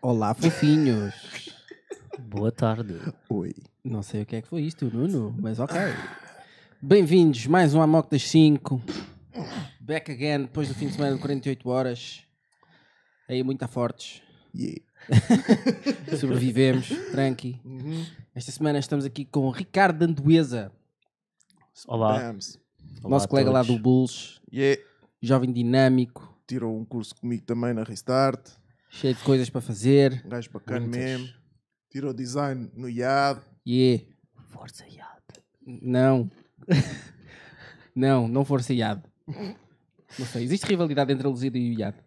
Olá, fofinhos. Boa tarde. Oi. Não sei o que é que foi isto, Nuno, mas ok. Bem-vindos, mais um Amok das 5. Back again, depois do fim de semana de 48 horas. Aí muito a fortes. Yeah. Sobrevivemos, tranqui. Uhum. Esta semana estamos aqui com o Ricardo Andueza, Olá. Bams. Olá nosso a colega lá todos. do Bulls, Yeah. jovem dinâmico, Tirou um curso comigo também na Restart. cheio de coisas para fazer. Um gajo bacana Muitas. mesmo. Tirou design no IAD. Yeah. Força Yad. Não. não, não força IAD. Não sei. Existe rivalidade entre a Lusíada e o IAD?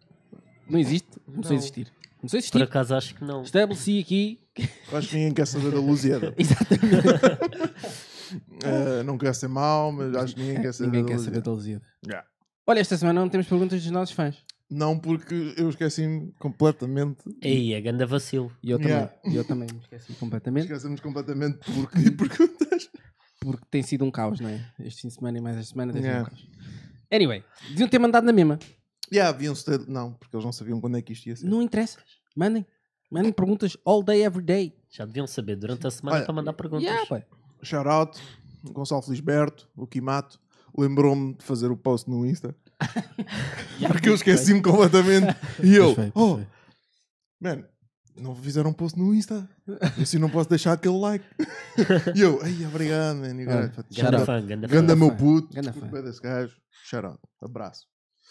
Não existe? Começou a Não. existir. Começou a Por existir. acaso acho que não. Estabeleci aqui. Acho que ninguém quer saber da Lusíada. Exatamente. Eh, não quer ser mau, mas acho que ninguém quer saber Ninguém da quer saber Lusíada. da Lusíada. Yeah. Olha, esta semana não temos perguntas dos nossos fãs. Não porque eu esqueci-me completamente. Ei, é ganda vacilo. E eu também. Yeah. E Eu também me esqueci completamente. Esquecemos completamente porque perguntas. Porque tem sido um caos, não é? Este fim de semana e mais esta semana tem sido Yeah. um caos. Anyway, deviam ter mandado na mesma. Yeah, haviam-se ter- Não, porque eles não sabiam quando é que isto ia ser. Não interessa. Mandem. Mandem perguntas all day, every day. Já deviam saber durante a semana Olha, para mandar perguntas. Yeah, pá. Shout out, Gonçalo Felisberto, o Kimato. Lembrou-me de fazer o post no Insta. porque eu esqueci-me completamente. E eu, Pois foi, pois oh, foi. Mano, não fizeram um post no Insta. Eu assim não posso deixar aquele like. e eu, ai, obrigado, mano. E o cara, Ah, pá, shout out. Ganda shout out. fã, ganda Ganda fã. meu fã. puto. Ganda Ganda fã. desse gajo. Shout out. Abraço.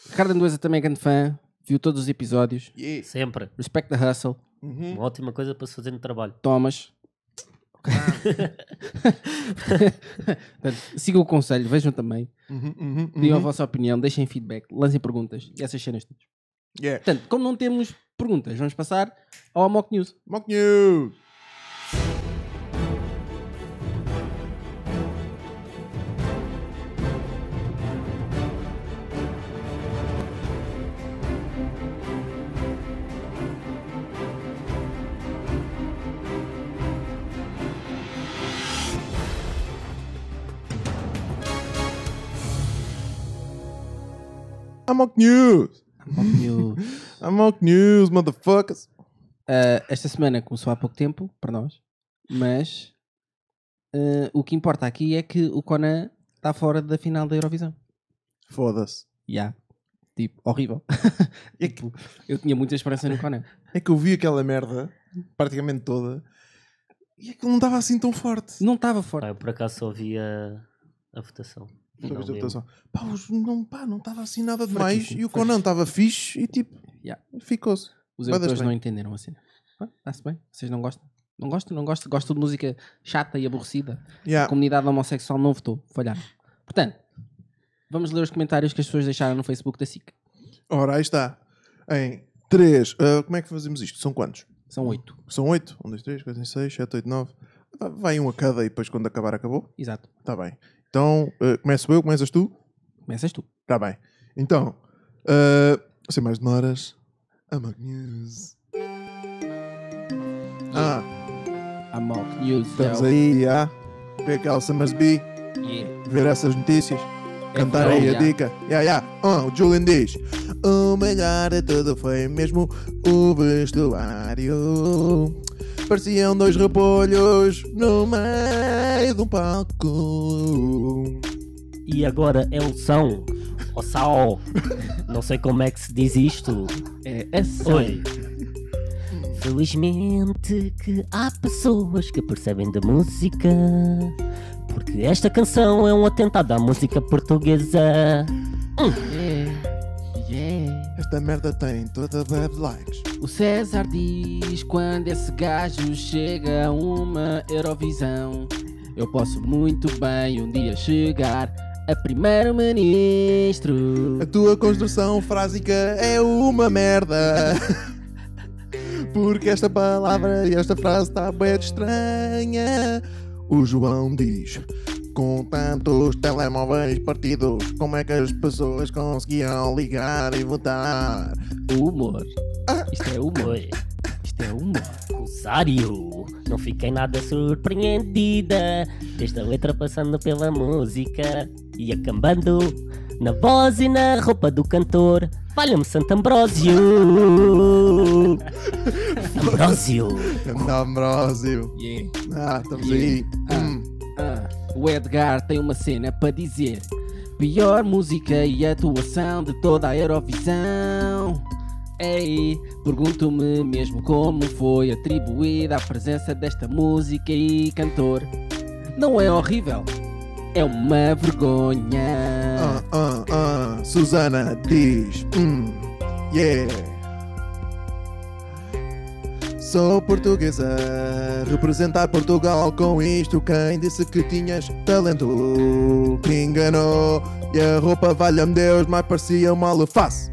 Ricardo Andueza também é grande fã, viu todos os episódios. Yeah. Sempre. Respect the Hustle, Uhum. Uma ótima coisa para se fazer no trabalho. Thomas. Portanto, sigam o conselho, vejam também, Uhum, uhum, digam a uhum. vossa opinião, deixem feedback, lancem perguntas e essas cenas todas. Yeah. Portanto, como não temos perguntas, vamos passar ao Amok News. Mock News. Amok News! Amok Ah, News. Amok News, motherfuckers! Ah, esta semana começou há pouco tempo para nós, mas ah, o que importa aqui é que o Conan está fora da final da Eurovisão. Foda-se. Yeah. Tipo, horrível. Tipo, É que, Eu tinha muita esperança no Conan. é que eu vi aquela merda, praticamente toda, e aquilo não estava assim tão forte. Não estava fora. Ah, eu por acaso só vi a, a votação. Só Não viste a lembro. votação. Pá, os- não pá, não estava assim nada demais. Fraquíssimo, E o Conan estava fixe e tipo, Yeah. ficou-se. Mas Os europeus bem. não entenderam a cena. Está-se bem? Vocês não gostam? Não gostam? Não gostam? Gostam de música chata e aborrecida? A Yeah. comunidade homossexual não votou. Falharam. Portanto, vamos ler os comentários que as pessoas deixaram no Facebook da SIC. Ora, aí está. Em 3. como é que fazemos isto? São quantos? São oito. São Um, 8? 1, 2, 3, 4, 5, 6, 7, 8, 9. Vai um a cada e depois quando acabar, acabou? Exato. Está bem. Então, ah, começo eu, começas tu? Começas tu. Está Tá bem. Então, ah, sem mais demoras, a Mag News. Ah, A Mock News. estamos é o- aí, ah. Ver aquela Summers B, Yeah. ver essas notícias. Cantar É aí a verdade. dica. Yeah, yeah. Ah, o Julian diz: O melhor de tudo foi mesmo o vestuário. Pareciam dois repolhos no meio de um palco. E agora é o São. O Sal. Não sei como é que se diz isto. É essa. Oi. Felizmente que há pessoas que percebem de música. Porque esta canção é um atentado à música portuguesa. Yeah. é, Yeah. Esta merda tem toda web likes. O César diz: quando esse gajo chega a uma Eurovisão, eu posso muito bem um dia chegar a primeiro-ministro. A tua construção frásica é uma merda. Porque esta palavra e esta frase está bem estranha. O João diz: Com tantos telemóveis partidos, como é que as pessoas conseguiam ligar e votar? O humor. Isto é humor. Oi. Isto é humor. Rosário, não fiquei nada surpreendida. Desde a letra passando pela música e acabando Na voz e na roupa do cantor, valha-me Santo Ambrósio! Ambrósio! Grande Ambrósio. Yeah. Ah, estamos aí. Yeah. Hum. Ah, o Edgar tem uma cena para dizer. Pior música e atuação de toda a Eurovisão. Ei, pergunto-me mesmo como foi atribuída a presença desta música e cantor. Não é horrível, é uma vergonha. Ah, ah, ah. Susana diz. Hum. Yeah. Sou portuguesa, representar Portugal com isto. Quem disse que tinhas talento que enganou. E a roupa, valha-me Deus, mais parecia uma alface.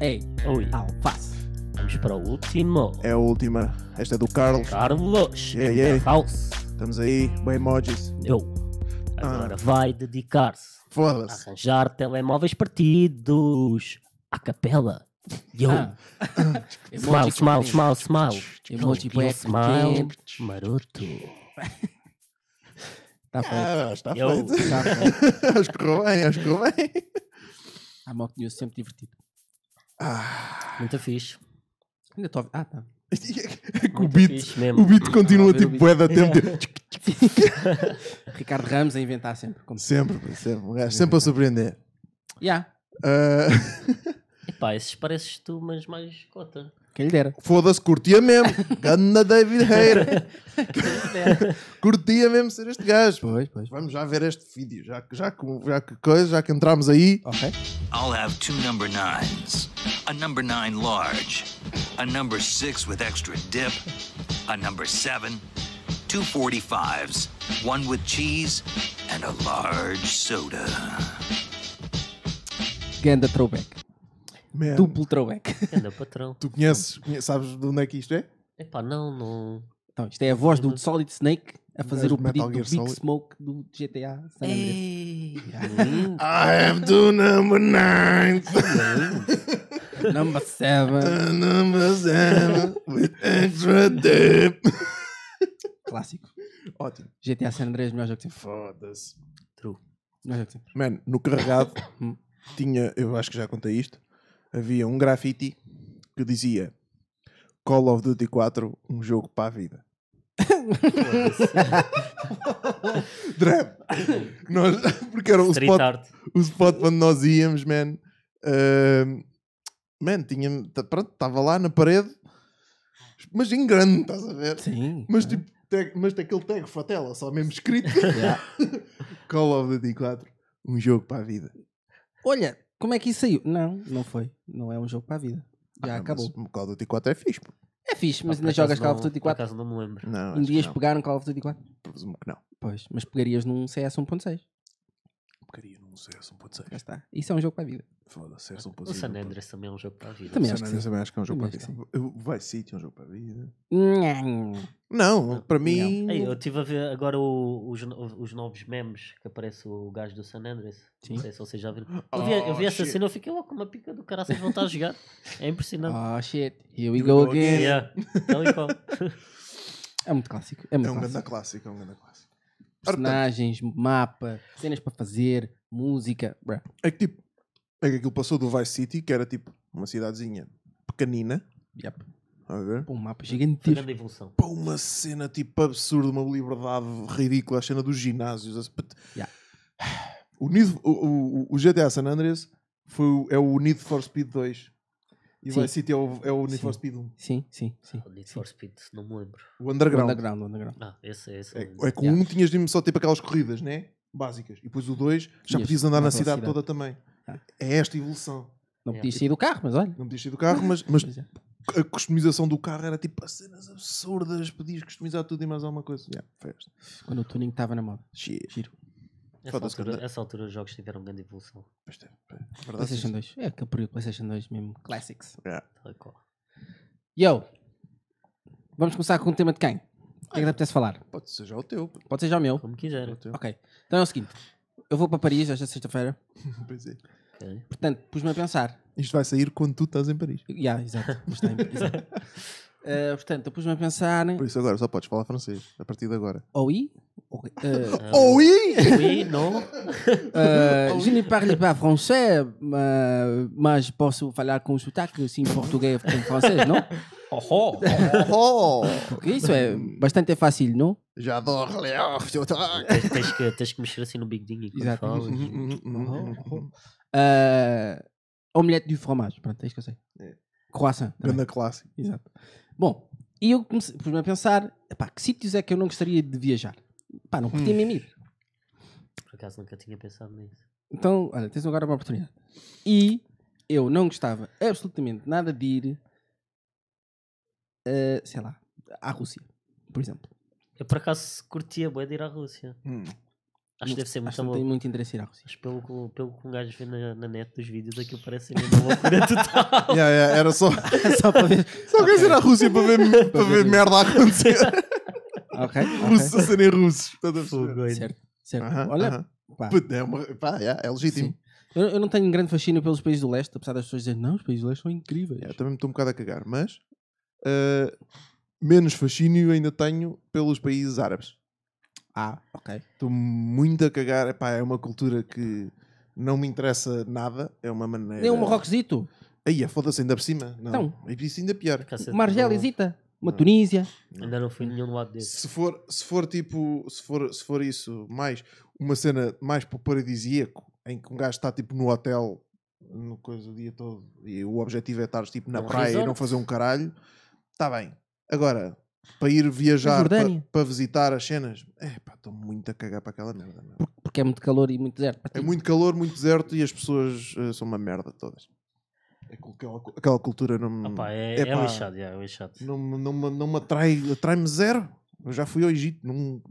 Ei, Ui, alface. vamos para o último. É a última. Esta é do Carlos. Carlos, Yeah, yeah. House, Estamos aí, bem emojis. eu. Ah. Agora vai dedicar-se a Foda-se. arranjar telemóveis partidos à capela. Yo! Ah. Smile, smile, smile, smile. Emoji Espia, bué smile, pequeno. maroto. Tá feito. Ah, está Yo. feito. Tá feito. acho que correu bem, acho que correu bem. A Mock News sempre divertido. Muito fixe. Ainda estou a Ah, tá. É que o Muito beat, fixe mesmo. o beat continua ver o tipo beat. bué da tempo. tipo, Ricardo Ramos a inventar sempre. Como... Sempre, sempre. Um gajo sempre a surpreender. Yeah. Ah, Epá, esses pareces tu, mas mais cota. Quem lhe dera. Foda-se, curtia mesmo. Ganda David Hayer. curtia mesmo ser este gajo. pô. Pois, pois. Vamos já ver este vídeo. Já, que- já, que, já que coisa, já que entramos aí. Ok. I'll have two number nines, a number nine large, a number six with extra dip, a number seven, two 45s, one with cheese, and a large soda. Ganda throwback. Man, tu, Duplo throwback. Anda, patrão. conheces, conhe- sabes de onde é que isto é? Epá, não, não. Então, isto é a voz do Solid Snake a fazer Uhum. Um gajo o de Metal pedido do Gear Big Solid. Smoke do GTA É. San Andreas. Lindo, I am do number nine. lindo. Number 7. number seven with extra dip. Clássico. Ótimo. GTA San Andreas, melhor jogo de sempre. Foda-se. True. Melhor jogo de sempre. Mano, no carregado tinha, eu acho que já contei isto, havia um grafite que dizia Call of Duty 4, um jogo para a vida. Drame. Nós, porque era o Street Um spot, art. o spot onde nós íamos, man. Ahm, man, tinha, tá- pronto, estava lá na parede, mas em grande, estás a ver? Sim. Mas tipo, tag- mas tem aquele tag fatela, só mesmo escrito. Call of Duty 4, um jogo para a vida. Olha, como é que isso saiu? Não, não foi. Não é um jogo para a vida. Já Ah, acabou. Mas o Call of Duty 4 é fixe, pô. É fixe, mas Pá, por ainda jogas acaso Call of não- Duty Por 4. acaso não me lembro. Não, é Um acho dia que não. pegaram Call of Duty 4. Presumo que não. Pois, mas pegarias num um CS 1.6. Porcaria, não sei, se um puto Já está. Isso é um jogo para a vida. Foda-se, é um puto O San Andreas também é um jogo para a vida. Também San acho que Andreas sim. também acho que é um jogo para a Também vida. Eu- Vai City é um jogo para a vida. Nhan. Não, para mim. Ei, eu estive a ver agora o- os, no- os novos memes que aparece o gajo do San Andreas. Sim. Não sei se vocês já viram. Eu vi, eu vi Oh, essa shit. cena e fiquei, oh, como a pica do cara vocês vão estar a jogar. É Ah, impressionante. Oh shit, here we go again. Yeah. Tal e qual. Tipo, É muito clássico. É É muito um grande clássico. clássico, é um grande clássico. Ora, portanto, Personagens, mapa, cenas para fazer, música. Bruh. é que tipo, é que aquilo passou do Vice City, que era tipo uma cidadezinha pequenina, Yep. a ver? Pô, um mapa Foi gigantesco. grande evolução. Para uma cena tipo absurda, uma liberdade ridícula, a cena dos ginásios. esse pet- Yeah. O, Need- o- o- o GTA San Andreas foi, o- é o Need for Speed 2. E o Sim. Vice City é o, é o Need Sim. for Speed 1. Sim, sim, sim. O Need for Speed, não me lembro. O Underground. Underground, underground. Ah, esse é esse. É, eu lembro. é que o 1 tinhas mesmo só tipo aquelas corridas, né? Básicas. E depois o 2 já Tinhas podias andar na uma cidade toda velocidade. também. Ah. É esta evolução. Não Yeah. podias sair do carro, mas olha. Não podias sair do carro, mas, mas Pois é. a customização do carro era tipo as cenas absurdas. Podias customizar tudo e mais alguma coisa. Yeah, foi esta. Quando o tuning estava na moda. Shit. Giro. Essa Foda-se, né? altura, grande- essa altura os jogos tiveram grande evolução. Pois é, é verdade, PlayStation sim. 2. É aquele período PlayStation 2 mesmo. Classics. Yeah. Tal e qual. Yo! Vamos começar com o tema de quem? O que é que te apetece falar? Pode ser já o teu. pode Pode ser já o meu. Como ser já quiserem. o teu. Ok. Então é o seguinte. Eu vou para Paris esta sexta-feira. Pois é. ok. Portanto, pus-me a pensar. Isto vai sair quando tu estás em Paris. Yeah, exato. Mas tem- exato. Eh, portanto, eu pus-me a pensar. Por isso agora só podes falar francês, a partir de agora. Oh, Oui? Ok, eh, OI! Oui, não? eh, je ne parle pas français, euh, ma- mas posso falar com sotaque, sim, português com francês, não? Oh, Oh! Porque isso é bastante fácil, não? Já dou Ah, Tens, tens que, tens que mexer assim no bigodinho quando Exato. falas. Uhum. Uhum. Eh, omelete du fromage, pronto, é isso que eu sei. Croissant. também. Ganda clássico. Exato. Bom, e eu comecei- pus-me a pensar, epá, que sítios é que eu não gostaria de viajar? Pá, não curtia mesmo ir. Por acaso nunca tinha pensado nisso. Então, olha, tens agora uma oportunidade. E eu não gostava absolutamente nada de ir, eh, sei lá, à Rússia, por exemplo. Eu por acaso curtia bué de ir à Rússia. Hum. Acho que deve ser muito não bom. tenho muito interesse em ir à Rússia. Mas pelo, que- pelo que um gajo vê na, na net dos vídeos, aquilo parece ser uma loucura total. Yeah, yeah, era só. Só para ver. Só queres ir à Rússia para ver, para ver merda a acontecer. Ok, Russos ok. a serem russos. Estás a Fogo, perceber? doido. Certo, certo. Aham, Olha, aham. pá, Puta, É, uma, pá, yeah, é legítimo. sim. Eu, eu não tenho grande fascínio pelos países do leste, apesar das pessoas dizerem, não, os países do leste são incríveis. Yeah, também me estou um bocado a cagar, mas eh, menos fascínio ainda tenho pelos países árabes. Ah, ok. Estou muito a cagar. Epá, é uma cultura que não me interessa nada. É uma maneira. Nem um Marroquesito, Aí, é, foda-se, ainda por cima. Não. Então. E isso ainda pior. Cacete, uma não- Argéliazita, uma Ah. Tunísia. Ainda não fui nenhum lado desse. Se for, se for tipo, se for, se for isso, mais uma cena mais para o paradisíaco, em que um gajo está tipo no hotel, no coisa o dia todo, e o objetivo é estar tipo na Num praia e não resort. fazer um caralho, está bem. Agora, para ir viajar, para, Jordânia. para visitar as cenas, é pá, estou muito a cagar para aquela merda. meu. porque é muito calor e muito deserto. É muito calor, muito deserto e as pessoas eh, são uma merda todas. É que Aquela, aquela cultura não me. Ah pá, é, Epá. é lixado, já, é lixado. não, me- não, me- não me atrai, atrai-me zero. Eu já fui ao Egito, não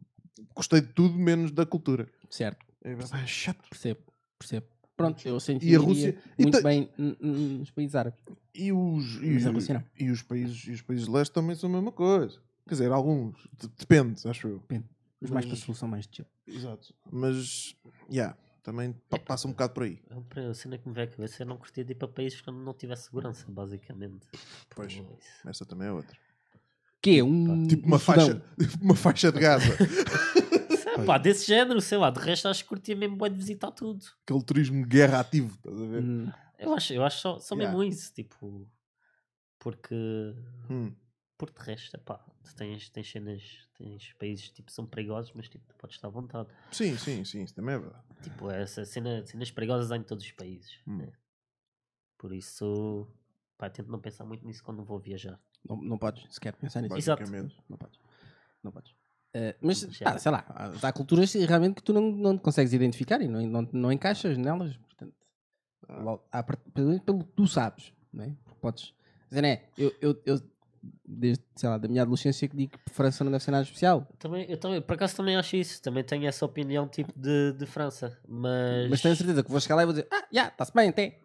gostei de tudo menos da cultura. Certo, É, pá, é chato. percebo, percebo. Pronto, eu senti E a Rússia- e muito ta- bem n- n- nos países árabes. E os, e, Mas é a Rússia não. e os países, e os países de leste também são a mesma coisa. Quer dizer, alguns, de- depende, acho eu. Os mais Mas- para a solução mais de chill. Exato. Mas, yeah, também pa- passa um bocado por aí. A É pre- a cena que me vem à cabeça é não curtir de ir para países quando não tiver segurança, basicamente. Pois. Pois. Essa também é outra. Que é um. Tipo um uma Sudão. faixa, uma faixa de Gaza. Pá, desse género, sei lá, de resto acho que curtia mesmo bué de visitar tudo. Aquele turismo de guerra ativo, estás a ver? Hum, Eu acho, eu acho só, só Yeah. mesmo isso, tipo, porque Hum. por de resto, pá, tu tens, tens cenas, tens países tipo são perigosos, mas tipo, tu podes estar à vontade. Sim, sim, sim, isso também é verdade. Tipo, essa cena, cenas perigosas há em todos os países. Hum. né? Por isso, pá, tento não pensar muito nisso quando vou viajar. Não, não podes sequer pensar nisso. Exato. Basicamente. Não podes. Não podes. Eh, mas, Mas é. pá, sei lá, há, há culturas realmente que tu não, não te consegues identificar e não, não, não encaixas nelas. Portanto, logo, à part- pelo menos pelo que tu sabes, não é? Porque podes dizer, é, eu, eu, eu, desde, sei lá, da minha adolescência que digo que França não deve ser nada especial. Também, eu também, por acaso também acho isso, também tenho essa opinião tipo de, de França, mas, Mas tenho certeza que vou chegar lá e vou dizer, ah, já, está-se bem até.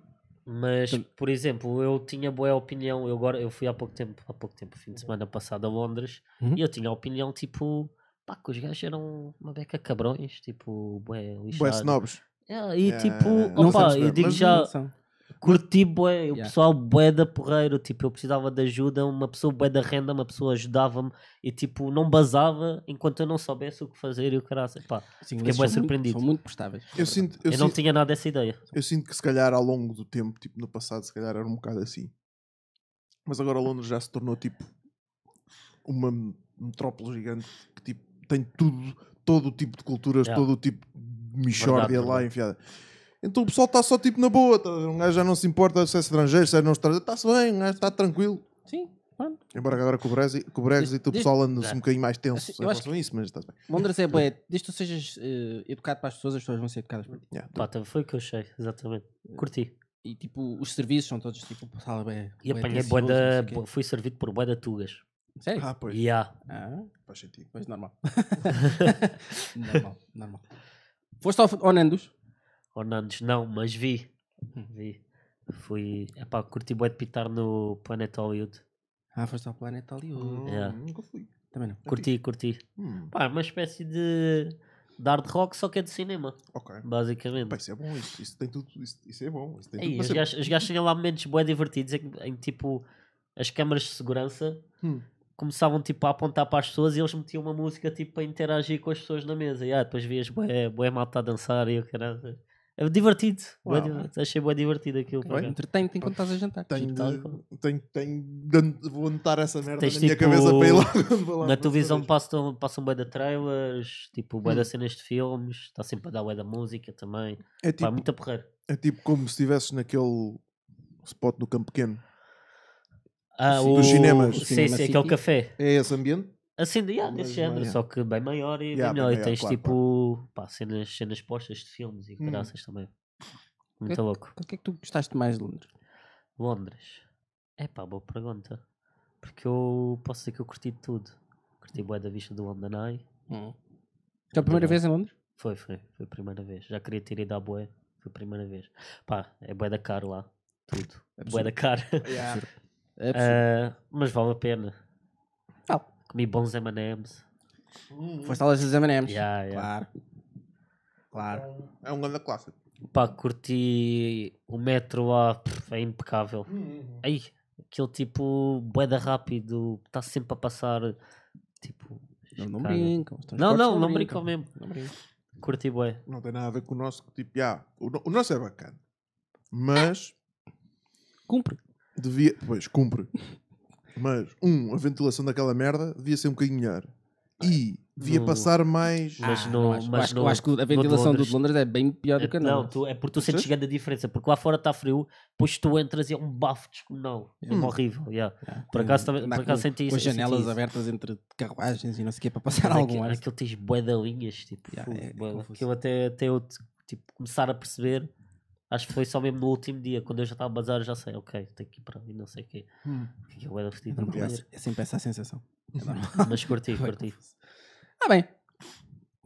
mas por exemplo, eu tinha boa opinião, eu agora eu fui há pouco tempo, há pouco tempo, fim de semana passado a Londres, Uhum. e eu tinha a opinião tipo, pá, que os gajos eram uma beca cabrões, tipo, bué, Bué lixado. É snobs. Yeah, e Yeah, tipo, yeah, yeah. Não opa, sabes eu bem, digo mas já, Não são. curti bué, o Yeah. pessoal bué da porreiro, tipo, eu precisava de ajuda, uma pessoa bué da renda, uma pessoa ajudava-me e tipo, não basava enquanto eu não soubesse o que fazer e o caraças, pá, Os fiquei ingleses bué são muito, surpreendido. são muito prestáveis. Eu sinto, eu Eu, não sinto- tinha nada dessa ideia. Eu sinto que se calhar ao longo do tempo, tipo no passado, se calhar era um bocado assim. Mas agora Londres já se tornou tipo uma metrópole gigante que tipo, tem tudo, todo o tipo de culturas, Yeah. todo o tipo de michórdia Verdade, lá verdade. enfiada. Então o pessoal está só tipo na boa, tá, um gajo já não se importa se é estrangeiro, se é não estrangeiro, está-se bem, um gajo está tranquilo. Sim, pronto. Embora que agora com o Brexit, com o Brexit o Desde- pessoal anda-se É. um bocadinho mais tenso Assim, em eu acho relação a isso, mas está bem. Londres é bué, desde que tu sejas eh, educado para as pessoas, as pessoas vão ser educadas para ti. Yeah, Pá, tá- foi o que eu achei, exatamente. Curti. E tipo, os serviços são todos tipo, sala bem. E apanhei bué é da- bué- fui servido por bué da tugas. Sério? Ah, pois, E há, Ah, faz sentido. pois normal. normal, normal. Foste ao, ao Nandos? ou Nandos, não, mas vi. Vi. Fui, epá, curti bué de pitar no Planet Hollywood. Ah, foste ao Planeta Hum. Hollywood. Yeah. Nunca fui. Também não. Curti, curti. Hum, Pá, é uma espécie de... de hard rock, só que é de cinema, ok. basicamente. Pá, isso é bom, isso, isso tem tudo, isso, isso é bom. Isso tem tudo Ei, para os ser bom. gajos os gajos tinham lá momentos bué divertidos em, em tipo as câmaras de segurança Hum. começavam tipo a apontar para as pessoas e eles metiam uma música tipo para interagir com as pessoas na mesa. E, ah, depois vias bué, bué malta a dançar e o caralho. É divertido. bué Uau. divertido. Achei bué divertido aquilo. por Ok. acaso. Entretém-te enquanto estás a jantar. Tenho tal de, qual. tenho, tenho de an- vou anotar essa merda tá tipo- Tens na minha tipo- cabeça para ir lá. quando vou Então, lá Na para televisão saber. passam, passam bué de trailers, tipo Hum. bué de cenas de filmes, está sempre a dar bué da música também. É Pá, tipo, muito a porrer. é tipo como se estivesses naquele spot do campo pequeno. Ah, Sim. Dos cinemas. Sim, Cinema sim, City. aquele café. É esse ambiente? Assim, de- yeah, desse Mas género, maior. só que bem maior e Yeah, bem bem melhor. E maior, tens claro, tipo pá, cenas, cenas postas de filmes e Hum. graças também. Muito É- louco. O que é que tu gostaste mais de Londres? Londres. É pá, boa pergunta. Porque eu posso dizer que eu curti de tudo. Curti boa da vista do London Eye. Hum. Foi a primeira vez em Londres? Foi, foi, foi a primeira vez. Já queria ter ido à boé. Foi a primeira vez. Pá, é boé da caro lá. Tudo. Boé da caro. É possível. Ah, mas vale a pena. Vale. Comi bons M&M's. Foste à loja dos M&M's? Yeah, yeah. Claro. Claro. É um grande clássico. Pá, curti o metro lá, pff, é impecável. Aí, aquele tipo, boeda rápido, está sempre a passar, tipo... Não, não cara. brincam. os Não, transportes não, não brincam mesmo. Não brincam. Curti bué. Não tem nada a ver com o nosso. que Tipo, já, o, no- o nosso é bacana. Mas Cumpre. devia. Pois, cumpre. Mas, um, a ventilação daquela merda devia ser um bocadinho melhor. E devia No- passar mais. Mas Ah, no- eu acho- eu mas acho, no- eu acho que no a de ventilação do Londres- de Londres é bem pior do que a É, não, nossa. tu, é porque tu sentes Achas? chegando a diferença, porque lá fora está frio, depois tu entras e é um bafo descomunal. É Hum. horrível, yeah. Yeah. Por acaso também- Andar por acaso com- senti isso- Com as senti janelas isso. abertas entre carruagens e não sei o que para passar Mas é algum aquilo, ar. aquilo tens bué de linhas, tipo, Yeah, fogo, é- é bué. confuso. aquilo até, até eu tipo, começar a perceber, acho que foi só mesmo no último dia, quando eu já estava a bazar, já sei, ok, tenho que ir para ali, não sei o quê. Hum. Que é bué de É fedido, normal, não é quero. é sempre essa a sensação. É normal. Mas curti, curti. Ah, bem.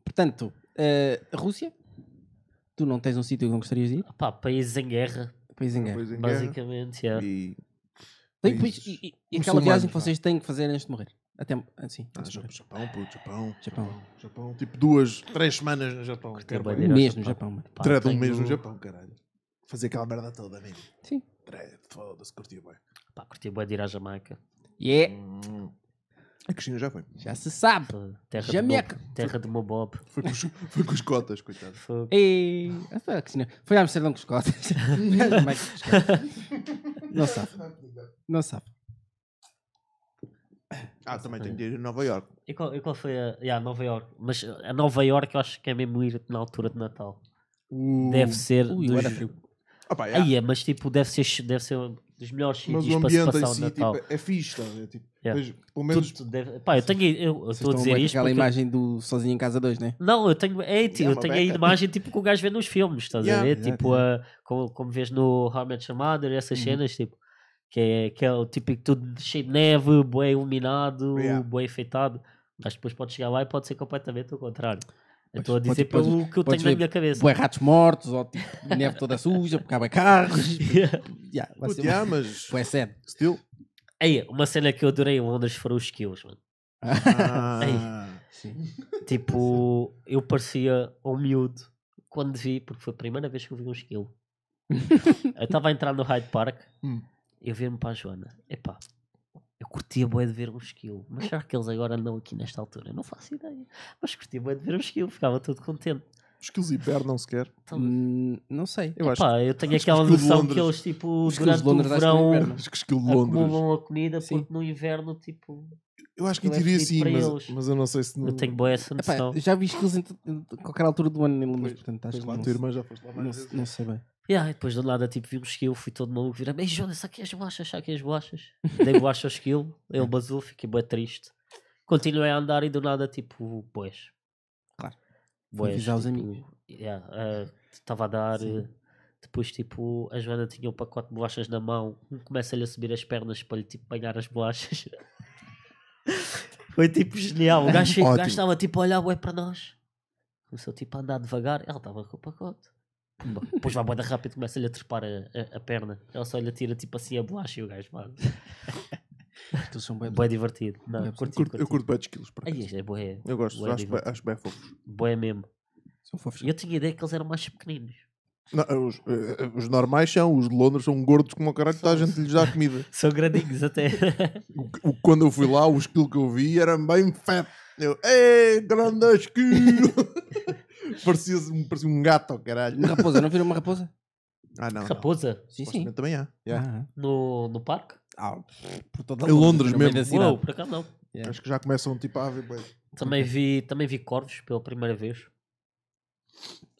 Portanto, eh, Rússia, tu não tens um sítio onde gostarias de ir? Pá, países em guerra, País em guerra. Depois em guerra. basicamente, yeah. E. Tem- pois, países e, e- e aquela viagem muçulmanos, que vocês têm que fazer antes de morrer. Até assim. Ah, antes de Ja- morrer. Japão, puto, Japão. Japão. Japão. Japão. Tipo duas, três semanas no Japão. Curti bué de Um ir ao mês no Japão, mano. Pá, Treta um tenho- mês no Japão, caralho. Fazer aquela merda toda, amigo. Sim. Treta, foda-se, curtia bem. Pá, curti bué de ir à Jamaica. Yeah, Hum. A Cristina já foi. é, já se sabe. Fogo, Terra Jamaica. de Bob, terra de Mobob. Foi com os, foi com os cotas, coitado. Fogo. É. E... Ah, Foi, a Cristina. foi a Amsterdão com os cotas. Foi a Jamaica com os cotas. não sabe. Não sabe. Ah, também tenho de ir a Nova York. E qual, e qual foi a. Yeah, Nova York. Mas eh, a Nova York eu acho que é mesmo ir na altura de Natal. Deve ser. Uh, Ui, dos- era frio. Opa, já. Aí é, mas tipo, deve ser, deve ser um dos melhores Ah, Mas sítios o para se ambiente passar em o si Natal. tipo, é fixe, estás a ver? Tipo, Yeah. vejo, pelo Tudo menos deve- Pá, eu tenho. Eu eu é- Vocês estou a estão dizer bem com isto. aquela porque- imagem do Sozinho em Casa 2, né? Não, eu tenho. É, tipo, eu uma tenho a beca. imagem tipo que o gajo vê nos filmes, estás Yeah, a ver? yeah, tipo, a- como, como vês no How I Met Your Mother, essas cenas, tipo. Que é, que é o típico tudo cheio de neve, bem iluminado, Yeah. bem enfeitado. Mas depois pode chegar lá e pode ser completamente o contrário. Pois, Eu estou a pode- dizer pode- pelo que eu podes tenho na ver minha cabeça. Bué ratos mortos, ou tipo, neve toda suja, porque há bué carros. Ya, vai puto, ser já, bué- mas bué sad. still. Aí, uma cena que eu adorei em Londres foram os skills, mano. Ah, Sim. Tipo, eu parecia um miúdo quando vi, porque foi a primeira vez que eu vi um esquilo. eu estava a entrar no Hyde Park, Hum. eu vi-me para a Joana. Epá, eu curtia boa de ver um esquilo, mas será que eles agora andam aqui nesta altura? Eu não faço ideia. Mas curtia boa de ver um esquilo, ficava todo contente. os quilos hibernam sequer. Então, Hum, não sei. Eu acho pá, eu tenho acho que aquela os quilos de noção que Londres- eles, tipo, os quilos de durante o Londres acho que não verão hibernam. Acho que os É quilos de Londres. acumulam a comida, Sim. porque no inverno, tipo, Eu acho que aquilo é diria fedido sim, para mas, eles. mas eu não sei se. eu tenho boa essa Epá, noção. já vi skills em, t- em qualquer altura do ano em Londres, Pois, portanto acho Pois que lá, não, a tua irmã já foste lá não, mais vezes. não sei bem. Yeah, e depois do nada tipo, vi um skill, fui todo maluco, virei, mas Jonas, saquei as bolachas, saquei as bolachas. Dei bolacha ao skill, Hum. ele basou, fiquei bem triste. Continuei a andar e do nada, tipo, pois. Claro. Fui Pois. avisar os tipo, amigos. yeah, ah, Estava a dar, Sim. eh, depois, tipo, a Joana tinha um pacote de bolachas na mão, um começa-lhe a subir as pernas para lhe, tipo, apanhar as bolachas. Foi, tipo, genial. O gajo, o gajo Ótimo. estava, tipo, a olhar, ué, para nós. Começou, tipo, a andar devagar, ela estava com o pacote. Pumba. Depois vai boda rápido, começa-lhe a trepar a, a- a perna. Ela só lhe atira tipo assim a bolacha e o gajo, mano. Eles são bem. Bué divertido. Não, Eu curti, Curto- curti. Eu curto bem de quilos. por Ai, acaso. isto é bué. Eu gosto, bué acho, bué- divertido. acho bem fofos. Bué mesmo. São fofos. E Eu tinha ideia que eles eram mais pequeninos. Não, os, eh, os normais são, os de Londres são gordos como o caralho, toda a gente lhes dá comida. São grandinhos até. O- quando eu fui lá, o esquilo que eu vi era bem fat. Eu, ei, grande esquilo! parecia, parecia um gato, oh, caralho. Uma raposa, não viram uma raposa? Ah, não. não. Raposa Sim, sim. Supostamente Também há. yeah. no, no parque? Ah, pff, por toda Em Londres no meio mesmo. da cidade. Uou, por acaso não. Yeah. Acho que já começam tipo a haver. bué. Também vi, também vi corvos pela primeira vez.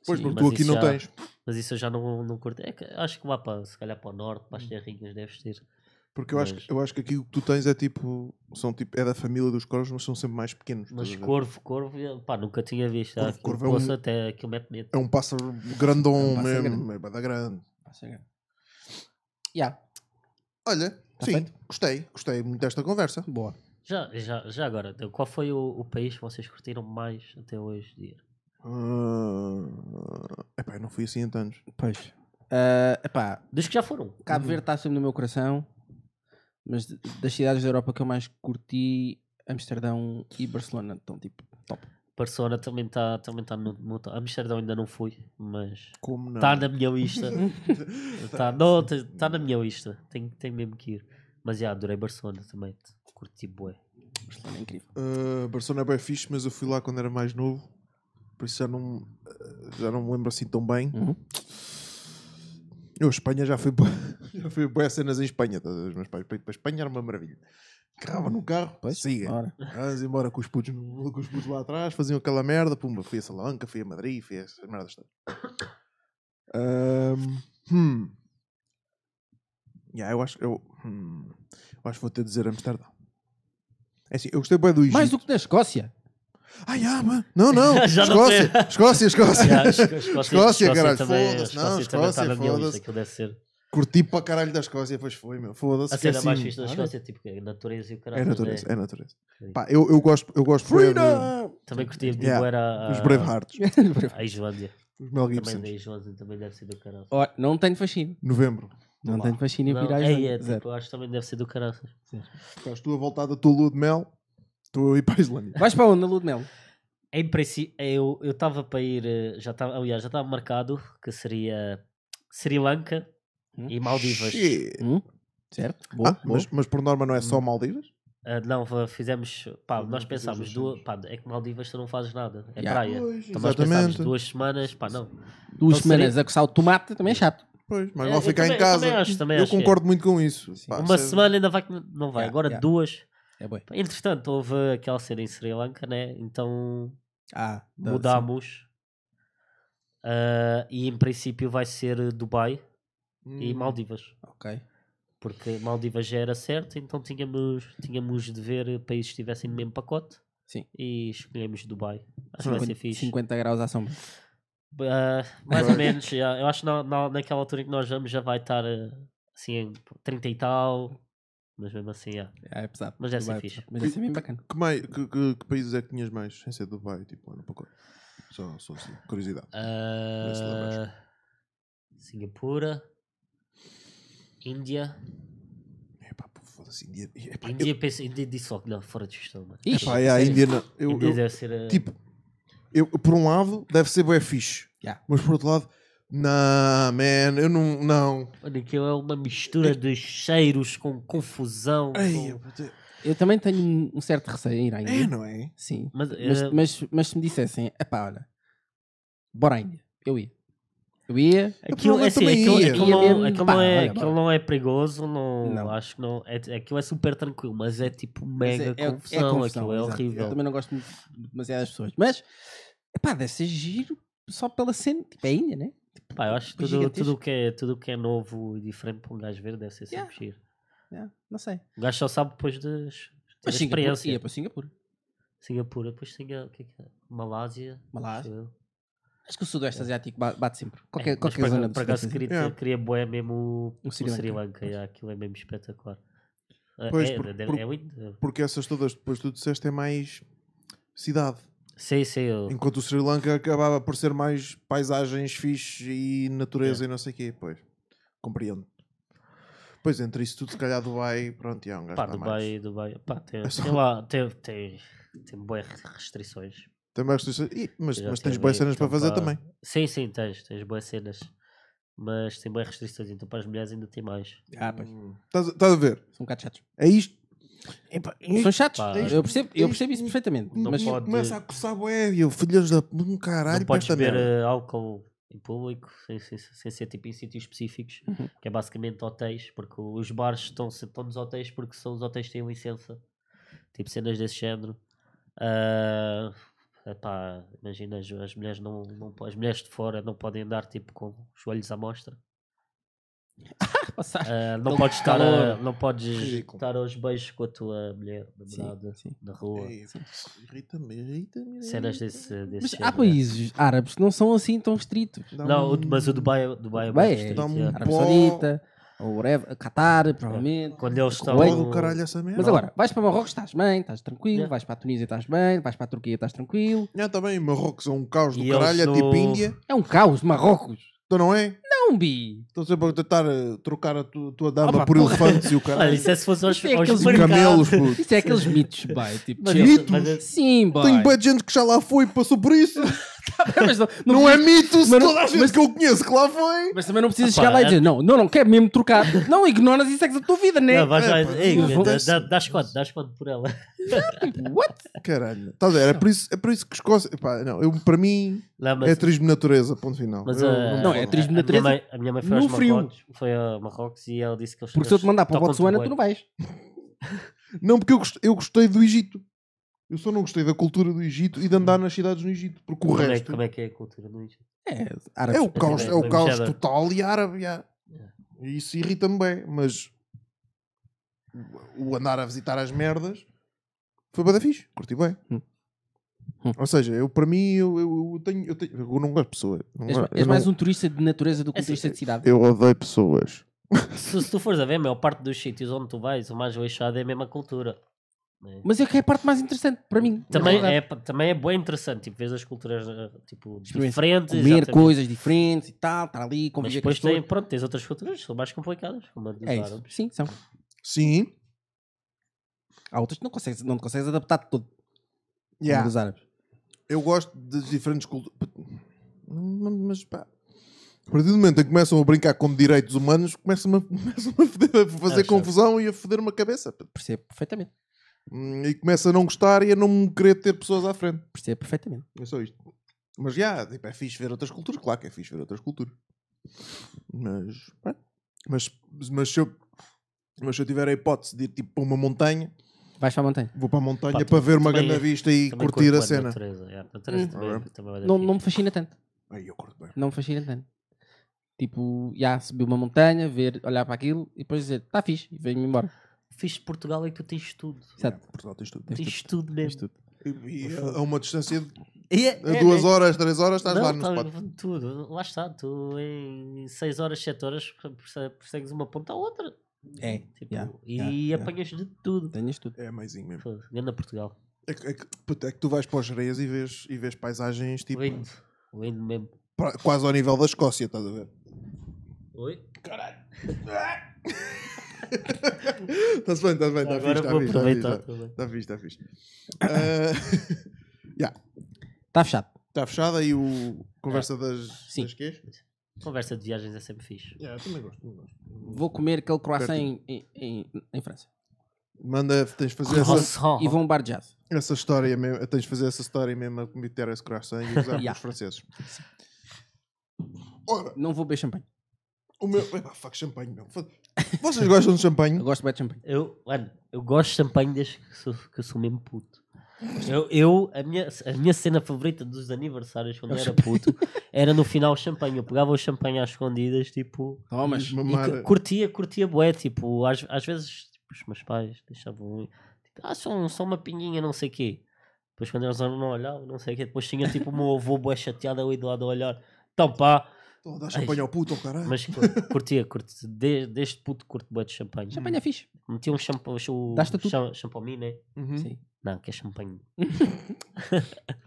Pois, Sim, porque mas tu aqui não isso já- tens. Mas isso eu já não, não curto. É que acho que lá para, se calhar para o norte, Hum. para as terrinhas, deve ter. Porque eu acho, Mas- que, eu acho que aqui o que tu tens é tipo. São tipo é da família dos corvos, mas são sempre mais pequenos. estás Mas a ver? corvo, corvo, eu- pá, nunca tinha visto. Corvo, Corvo, corvo corvo é um- até aquilo mete medo. É um pássaro grandão É um pássaro mesmo, é bué da grande. Ah, chega. Yeah, Olha, Tá sim, feito? gostei, gostei muito desta conversa. boa. Já, já, já agora, então, qual foi o, o país que vocês curtiram mais até hoje? Dia? Ah, epá, eu não fui assim há anos. Pois. Ah, epá, Dos que já foram. Uhum. Cabo Verde está sempre no meu coração, mas de- das cidades da Europa que eu mais curti, Amsterdão e Barcelona estão tipo top. Barcelona também está também tá no, no. top. Amsterdão ainda não fui, mas. Como não? Está Tá na minha lista. Está não, tá, tá na minha lista. Tenho, tenho mesmo que ir. Mas já, adorei Barcelona também. Curti bué. Barcelona é incrível. Ah, Barcelona é bem fixe, mas eu fui lá quando era mais novo, por isso já não, ah, já não me lembro assim tão bem. Uhum. Eu, a Espanha, já fui bué- já fui boas cenas em Espanha. Tá, os meus pais para para Espanha era uma maravilha. Carrava no carro, siga. Ora. Vamos embora com os, putos, no- com os putos lá atrás, faziam aquela merda, pumba, fui a Salamanca, fui a Madrid, fui a essas merdas todas. Ahm, hum. Yeah, eu acho eu, hum, eu acho que vou ter de dizer Amsterdão. É assim, eu gostei bem do Egito. Mais do que na Escócia. Ah, yeah, mano. Não, não. Já não Escócia, Escócia, Escócia. Já, Esco- Escócia, Escócia, Escócia caralho, também- foda-se, não, Escócia também tá Escócia, na minha lista, foda-se. aquilo deve ser. Curti para caralho da Escócia, pois foi, meu. Foda-se. A cena mais esqueci-me. fixe da Escócia, tipo, que é natureza e o caralho. né? É mas natureza, é natureza. Sim. Pá, eu, eu gosto, eu gosto bué de- Também curti, tipo, Yeah, era a, os Bravehearts, a Islândia. os Mel Ah, Também Gibson. da Islândia também deve ser do caralho. Ora, não tenho fascínio. Novembro. Não Olá. tenho fascínio Não, para ir à é, é, Islândia. Zero. tipo, eu acho que também deve ser do caralho. Estás tu a voltar da tua lua de mel, estou a ir para a tipo- Islândia. Vais para onde, na Lua de Mel? Em princípio, É eu estava para ir, eh, já estava, aliás, já estava marcado que seria Sri Lanka Hum. e Maldivas. Shit. Hum? Certo? Boa, Hum. Ah, boa. mas, mas por norma não é só Maldivas? Ah, não, fa- fizemos, pá, Não, nós não fizemos pensámos os duas, pá, é que Maldivas tu não fazes nada, é Yeah. praia. Pois, Então nós pensámos exatamente. duas semanas, pá, não. Duas Então semanas a coçar o tomate também é chato. Pois, mas Eu- vão eu ficar também- em eu casa. também acho, também Eu acho, é. concordo muito com isso. Pá, Uma se- semana ainda vai que não- não vai, Yeah, agora yeah. duas. É bem. Entretanto, houve aquela cena em Sri Lanka, né? Então Ah, dá- mudámos. Ah, e em princípio vai ser Dubai e Hum, Maldivas. sim. Ok. Porque Maldivas já era certo, então tínhamos, tínhamos de ver países que estivessem no mesmo pacote. Sim. E escolhemos Dubai. Acho que vai ser 50, fixe. 50 graus à sombra. Ah, mais ou Agora- menos, já. eu acho que na, na- naquela altura em que nós vamos já vai estar ah, assim em 30 e tal, mas mesmo assim, já. É, é pesado. Mas deve ser Vai, fixe. pesado. Mas deve ser bem bacana. Que, mai- que- que- que países é que tinhas mais? Sem ser Dubai, tipo, lá no pacote. Só, só assim, curiosidade. Esse lá Ah, Singapura, Índia. Epá, pô, foda-se, Índia. Epá, eu- Índia, eu... penso, Índia disse logo, não, fora de questão, mano. Ixi, epá, é a Índia. não- eu- Índia eu- deve ser. ah, tipo, eu, por um lado, deve ser bué fixe. Yeah. Mas por outro lado, não, man, eu não. não. Olha, aquilo é uma mistura de cheiros com confusão. com- Ei, eu vou ter- Eu também tenho um- um certo receio em ir à Índia. É, não é? Sim. Mas, Mas, eh, mas, mas se me dissessem, epá, olha, bora à Índia. Eu ia. Eu ia. Aquilo, é Eu assim, também aquilo, ia. aquilo Ia mesmo, não, aquilo pá, não é, olha, aquilo bora. não é perigoso, não, Não. acho que não. É, aquilo é super tranquilo, mas é tipo mas mega é, é- é confusão, confusão, aquilo é exato. Eu horrível. também não gosto muito de demasiadas pessoas. Mas, epá, deve ser giro só pela cena. Tipo, é a Índia, né? Pá, eu acho que Pois tudo, gigantesco. tudo, o que é, tudo o que é novo e diferente para um gajo ver deve ser sempre Yeah. giro. É, não sei. O gajo só sabe depois de Mas ter Singapura, experiência. ia para Singapura. Singapura, depois Singa, o que é que é? Malásia. Malásia. acho eu. Acho que o Sudoeste Asiático ba- bate sempre. Qualquer, É, mas qualquer para- zona do Para acaso Sudeste queria, Yeah. queria boé mesmo o, O o Um Sri Sri Lanka, Lanka, pois. yeah, aquilo é mesmo espetacular. Ah, Pois, é, por- deve- por- é lindo. Porque essas todas, depois tu disseste, é mais cidade. Sim, sim, eu- Enquanto o Sri Lanka acabava por ser mais paisagens fixe e É. natureza e não sei o quê. Pois, compreendo. Pois, entre isso tudo, se calhar Dubai, pronto, já, um gajo Pá, está Dubai, mais. Dubai. Pá, tem, É só- tem lá, tem, tem, tem boas restrições. Tem mais restrições. Ih, mas, Eu já mas tens estive boas aí, cenas para então, fazer pá, também. Sim, sim, tens, tens boas cenas. mas tem bem restrições, então para as mulheres ainda tem mais. Ah, pois. Hum. Estás estás a ver? São um bocado chatos. É isto. São chatos. Pá, Eu percebo, eu percebo isso perfeitamente. Não mas pode- Começa a coçar bué, eu, filhos da... Um caralho, não podes para esta beber merda. eh, álcool em público sem, sem, sem ser tipo em sítios específicos, Uhum. que é basicamente hotéis, porque os bares estão, estão nos hotéis porque são os hotéis que têm licença, tipo cenas desse género. Ah, epá, imagina, as, as mulheres não, não, po- as mulheres de fora não podem andar tipo com os olhos à mostra. passar. Ah, não, Aquele podes estar a, calor. não podes Ridículo. estar aos beijos com a tua mulher Sim, namorada sim. na rua. Ei, Irrita-me, irrita-me. uh, Cenas desse, desse Mas há género. países árabes que não são assim tão estritos. Dá Não, um- o- mas o Dubai, é- Dubai é Bem, mais é, restrito, dá-me um yeah. Arábia Bom. Saudita, ou whatever, Qatar, provavelmente. Quando eles Com estão. Bem, Olha o caralho essa É. merda. Mas agora, vais para Marrocos, estás bem, estás tranquilo. Yeah. Vais para a Tunísia, estás bem. Vais para a Turquia, estás tranquilo. Já também, Marrocos é um caos do E eles caralho, é tipo no- Índia. É um caos, Marrocos. Então não é? Não, bi. Estão sempre a tentar eh, trocar a tu- tua dama Opa, por porra. elefantes e o Olha, caralho. isso é se fosse aos, Isso é aos aqueles E mercados. camelos, puto. Isso é aqueles mitos, bai. Tipo, Mas chill. eles- mas eles- Sim, bai. Tenho bem de gente que já lá foi e passou por isso. é mas, não, não Não é mito se Mas não- toda a gente mas- que eu conheço que lá foi. mas também não precisas Opa, é chegar lá e dizer, não, não, não quero mesmo trocar. não, ignoras isso é que é da tua vida, né? Não, vais lá e É, pá, Ei, não dá- acontece. dá- dás quanto? Dás quanto por ela? Tipo, What? Caralho. Estás a ver? É por isso, é por isso que Escócia. Epá, não, eu, para mim, Não, é mas, turismo de natureza, ponto final. mas Eu a, me Não, falo. é a- turismo a minha natureza mãe- A minha mãe foi no aos frio. Marrocos, foi a Marrocos e ela disse que eles. Porque se eu te mandar para o tocam-te Botsuana, bué. tu não vais. Não, porque eu gost- eu gostei, do Egito. Eu só não gostei da cultura do Egito e de andar nas cidades no Egito, porque o Como é, resto como é que é a cultura no Egito? É, é, árabes. o caos, é o Bem caos mexada. total e árabe. já. É. E isso irrita-me bem, mas o o andar a visitar as merdas foi bada fixe, curti bem. Hum. Ou seja, eu para mim eu, eu, eu tenho, eu tenho- eu não gosto de pessoas. Não És, gosto- és eu, mais não- um turista de natureza do que um É turista de cidade. eu odeio pessoas. Se, se tu fores a ver, a maior parte dos sítios onde tu vais, o mais lixado é a mesma cultura. né? Mas é que é a parte mais interessante para mim. Também Na verdade. é, pa- também é bem interessante, tipo, vês as culturas eh, tipo, Experiência. diferentes. comer exatamente. coisas diferentes e tal, estar ali, Mas conviver com as depois tem, pessoas. pronto, tens outras culturas que são mais complicadas, como a dos É isso. árabes. Sim, são. Sim, Há outras que não consegues, não te consegues adaptar de todo. yeah. como Um Dos árabes. eu gosto das diferentes culturas. Mas pá, a partir do momento em que começam a brincar com direitos humanos, começam-me a, começam a, foder- a fazer Ah, confusão e a foder-me a cabeça. Percebo perfeitamente. Hum, E começo a não gostar e a não querer ter pessoas à frente. Percebo perfeitamente. É só isto. Mas já, tipo, é fixe ver outras culturas, claro que é fixe ver outras culturas. Mas, pá, mas, mas, se, eu, mas se eu tiver a hipótese de ir tipo para uma montanha, Vais para a montanha. vou para a montanha Pá, para ver uma também- é- grande vista e Também curtir curto a bué de cena. Natureza, yeah, natureza Hum. também- Alright. também bué Uhum. da Não, fixe. não me fascina tanto. Aí eu curto bem. Não me fascina tanto. Tipo, já subir uma montanha, ver, olhar para aquilo e depois dizer, está fixe, e venho-me embora. fixe de Portugal é que tu tens tudo. Exato. Yeah, Portugal tens tudo. Tens Tens tudo Mas mesmo. tudo. Tipo, E, e a, a uma distância de E a duas né? horas, três horas, estás Não, lá no tá- spot. Tudo, lá está. Tu em 6 horas, 7 horas perse- persegues uma ponta à outra. É, Tipo, yeah, e yeah, yeah. apanhas de tudo. Tenhas tudo. É amazing mesmo. Foda-se, Ganda Portugal. É que, é que- puto, é que tu vais para as areias e vês, e vês paisagens tipo, Lindo. Lindo mesmo. pra- quase ao nível da Escócia, estás a ver? Oi? Estás Tá bem, estás bem, está Agora fixe, está vou fixe. aproveitar Está também. fixe, está fixe. Está Está Tá fechado. tá fechada aí o Ah, conversa das, Sim. das quês? Conversa de viagens é sempre fixe. Yeah, também gosto, também gosto. Vou comer aquele croissant em, em, em, em França. Manda, tens de fazer essa, Croissant. E vou a um bar de jazz. essa história mesmo, tens de fazer essa história mesmo a cometer esse coração e usar Yeah. os franceses. Ora, Não vou beber champanhe. o meu. Epá, fuck champanhe, meu. Foda- Vocês gostam de champanhe? Eu gosto bem de champanhe. Eu, mano, eu gosto de champanhe desde que sou, que eu sou mesmo puto. Eu, eu- a, minha, a minha cena favorita dos aniversários É quando eu era puto era no final o champanhe. Eu pegava o champanhe às escondidas, tipo, Tomas. Mamar- e cu- curtia, curtia bué, tipo, às, às vezes tipo, os meus pais deixavam, tipo, ah, só, um- só uma pinguinha, não sei o quê. Depois quando eles não olhavam, não sei o quê, depois tinha tipo o meu avô bué chateado ali do lado a olhar. Então pá, Estou a dar champanhe ao puto, ao caralho. mas cu- curtia, curtia, de- desde puto curto bué de champanhe. Champanhe é fixe. Meti um champanhe, o Dás-te tudo. cham- champanhe, né? Uhum. Sim. Não, que é champanhe.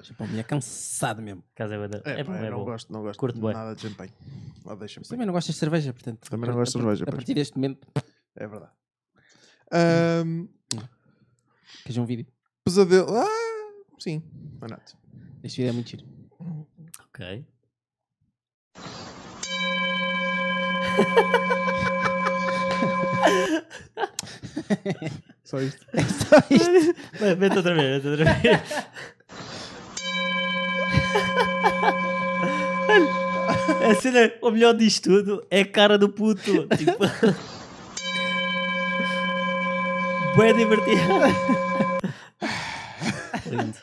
Champanhe é cansado mesmo. Casa é, é, É, é, pá, é eu não bom. gosto, não gosto Curto bué. nada de champanhe. Lá deixa Mas também não gostas de cerveja, portanto. Também não a- gosto de a- cerveja, A pois. partir deste momento, É verdade. Ahm, queres um vídeo? pesadelo. Ah, sim. Why not? Este vídeo é muito giro. Ok. Só isto. É Só isto. Vai, Mete outra vez, mete outra vez. Olha, A cena, o melhor disto tudo é a cara do puto. Tipo. Bué divertido. Lindo.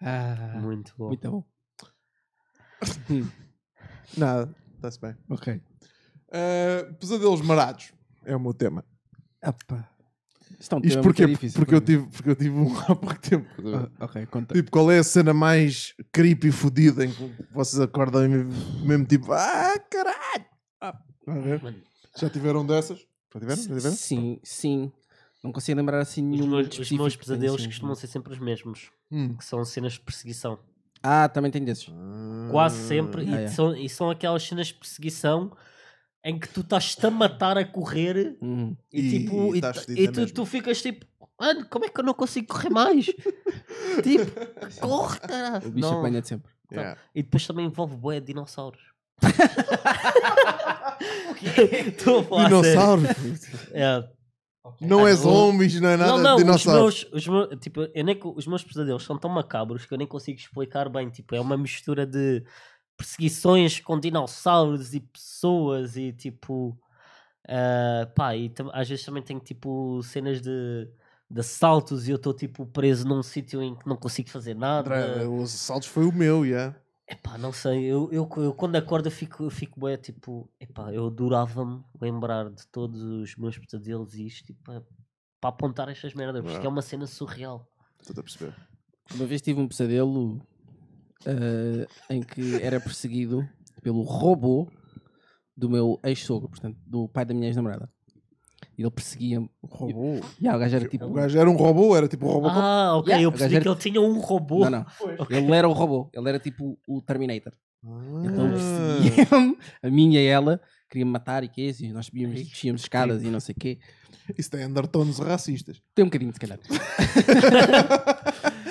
Ah, Muito bom. muito bom. Nada. Está-se bem. Ok. Ah, pesadelos marados. É o meu tema. Opa. Isto é um Isto tema porquê? muito difícil porque, para eu mim. tive, porque eu tive um há pouco tempo. Ah, ok, conta. Tipo, qual é a cena mais creepy e fodida em que vocês acordam e mesmo tipo, ah, caralho! Ah, estão a ver? Mano. Já tiveram dessas? Já tiveram? Já tiveram? Sim, sim. Não consigo lembrar assim Os nenhum. meus, os meus específico que tenha pesadelos sido. costumam ser sempre os mesmos, Hum. que são cenas de perseguição. Ah, também tem desses. Hum, Quase sempre. e, Ah, é. são, e são aquelas cenas de perseguição em que tu estás-te a matar a correr Uhum. E, E- e tipo, e, estás tu- fedido e na tu, mesma. tu ficas tipo, mano, como é que eu não consigo correr mais? tipo, corre, cara. O bicho Não. apanha de sempre. Yeah. E depois também envolve boé de dinossauros. Estou a falar a sério. Dinossauros? É. não é Ah, zombies, não é nada. Não, não, os dinossauros. meus, os meus, tipo, eu nem, co- os meus pesadelos são tão macabros que eu nem consigo explicar bem. Tipo, é uma mistura de perseguições com dinossauros e pessoas e tipo. ah, pá, e tam- às vezes também tenho tipo cenas de, de assaltos e eu estou tipo preso num sítio em que não consigo fazer André, nada. Os assaltos foi o meu, yeah. Epá, não sei, eu, eu, eu quando acordo eu fico, eu fico bem, tipo, epá, eu adorava-me lembrar de todos os meus pesadelos e isto, tipo, para apontar estas merdas, porque Uau. é uma cena surreal. Estou a perceber. Uma vez tive um pesadelo ah, em que era perseguido pelo robô do meu ex-sogro, portanto, do pai da minha ex-namorada. E ele perseguia-me. Robô. Yeah, o gajo era O tipo. gajo era um robô, era tipo um robô. Ah, ok, Yeah, eu o gajo percebi era- que ele tinha um Não, robô. não. Ele era o robô. Ele era tipo o Terminator. Então Ah. perseguia-me, a minha e ela, queria-me matar e que isso, e nós subíamos, descíamos escadas e não sei o quê. Isso tem undertones é racistas. Tem um bocadinho, se calhar.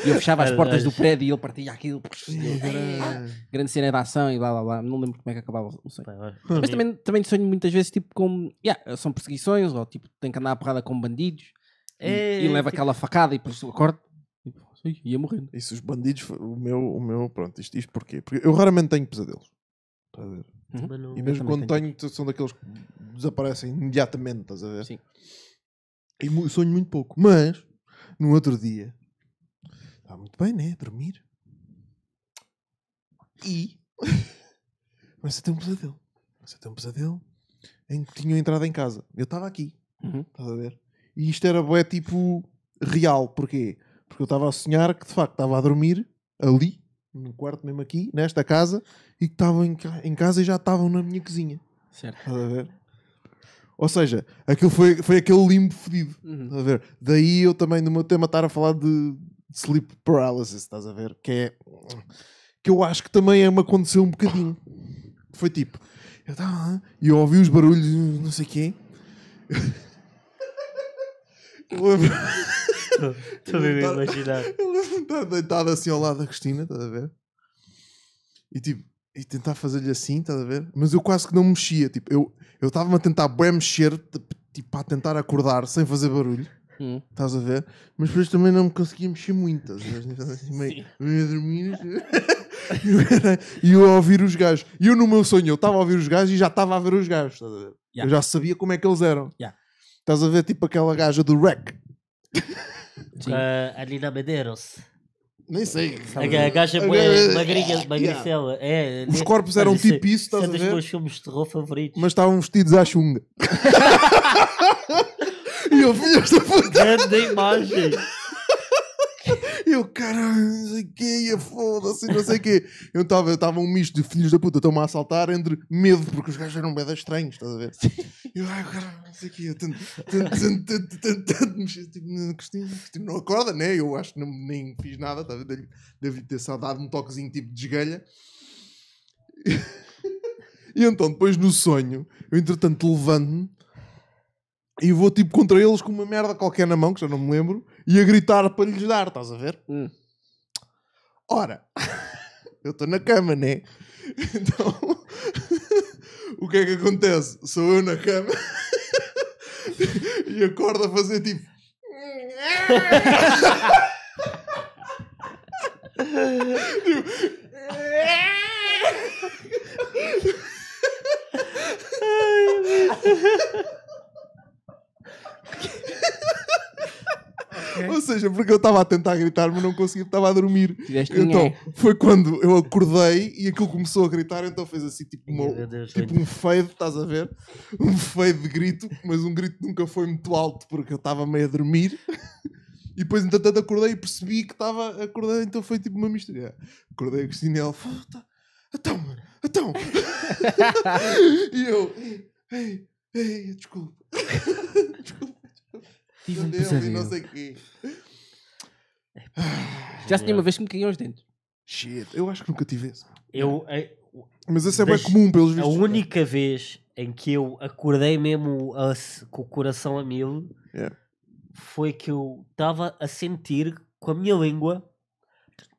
E eu fechava as Ai, portas ai. do prédio e ele partia aquilo. e eu, "Eh", Era- Grande cena de ação e blá blá blá. Não lembro como é que acabava o sonho. Pá, olha, Mas também, também sonho muitas vezes tipo com. Yeah, são perseguições ou tipo tem que andar a porrada com bandidos e, É, e leva tipo- aquela facada e depois eu acordo e pô, ui, ia morrendo. Isso, os bandidos, foi- o meu, o meu pronto, isto, isto porquê? Porque eu raramente tenho pesadelos. Estás a ver? também não- Uhum. E mesmo também quando tenho, são daqueles que desaparecem imediatamente, estás a ver? Sim. E mu- sonho muito pouco. Mas, no outro dia, está muito bem, né? Dormir. E. Mas eu tenho um pesadelo. Mas eu tenho um pesadelo em que tinham entrado em casa. Eu estava aqui. Uhum. Estás a ver? E isto era bué, tipo real. Porquê? Porque eu estava a sonhar que de facto estava a dormir ali, no quarto mesmo aqui, nesta casa, e que estavam em, ca- em casa e já estavam na minha cozinha. Certo. Estás a ver? Ou seja, aquilo foi, foi aquele limbo fedido. Uhum. Estás a ver? Daí eu também no meu tema estar a falar de sleep paralysis, estás a ver? Que é que eu acho que também é me aconteceu um bocadinho. Foi tipo, eu estava lá e eu ouvi os barulhos, não sei quê. Eu lembro- Estou mesmo Tá. a imaginar. eu lembro de estar deitado assim ao lado da Cristina, estás a ver? E tipo, e tentar fazer-lhe assim, estás a ver? Mas eu quase que não mexia, tipo, eu eu estava-me a tentar bem mexer, tipo, a tentar acordar sem fazer barulho, Uhum. estás a ver? Mas depois também não me conseguia mexer muito, estás a ver? Estava assim meio, meio a dormir. assim. E eu era- E eu a ouvir os gajos. E eu no meu sonho, eu estava a ouvir os gajos e já estava a ver os gajos, estás a ver? Yeah. Eu já sabia como é que eles eram. Yeah. Estás a ver, tipo, aquela gaja do Wreck. Sim. Ah, a Nina Medeiros. Nem sei. A ga- É a gaja A bué gaja- é- magrinha, Yeah. magricela. É, Os né? corpos eram Olha, isso é- tipo isso, estás isso a é dos ver? meus filmes de terror favoritos. mas estavam vestidos à chunga. e eu vi esta puta, Grande imagem. e eu, caralho, não sei o quê, e eu, foda-se, não sei o quê. Eu estava eu estava um misto de filhos da puta, estão-me a assaltar entre medo, porque os gajos eram bem estranhos, estás a ver? E eu, ai, caralho, não sei o quê, eu tanto, tanto, tanto, tanto, tanto, tanto, mexi, tipo, na Cristina, Cristina não acorda, né? Eu acho que não, nem fiz nada, estás a ver? Dei-lhe- Devo-lhe ter só dado um toquezinho tipo de esgalha. E então, depois no sonho, eu entretanto levanto-me e vou tipo contra eles com uma merda qualquer na mão, que já não me lembro, e a gritar para lhes dar, estás a ver? Hum. Ora, eu estou na cama, né? Então, o O que é que acontece? Sou eu na cama e acordo a fazer tipo. Ou seja, porque eu estava a tentar gritar, mas não conseguia, estava a dormir. Tiveste Então, ninguém. foi quando eu acordei e aquilo começou a gritar, então fez assim tipo, uma- Meu Deus, tipo um fade, estás a ver? Um fade de grito, mas um grito que nunca foi muito alto porque eu estava meio a dormir. E depois, entretanto, acordei e percebi que estava acordando, então foi tipo uma mistura. Acordei a Cristina e ela falou: "Tá, então, mano, então. e eu, ei, ei, ei, desculpa. Tive um Deus, e não pesadelo. sei o quê. Já se tinha uma vez que me caíam os dentes. Shit, eu acho que nunca tive esse. Eu, a- Mas esse é bem Deixa- comum, pelos A vistos. única vez em que eu acordei mesmo a se- com o coração a mil É. Yeah. foi que eu estava a sentir com a minha língua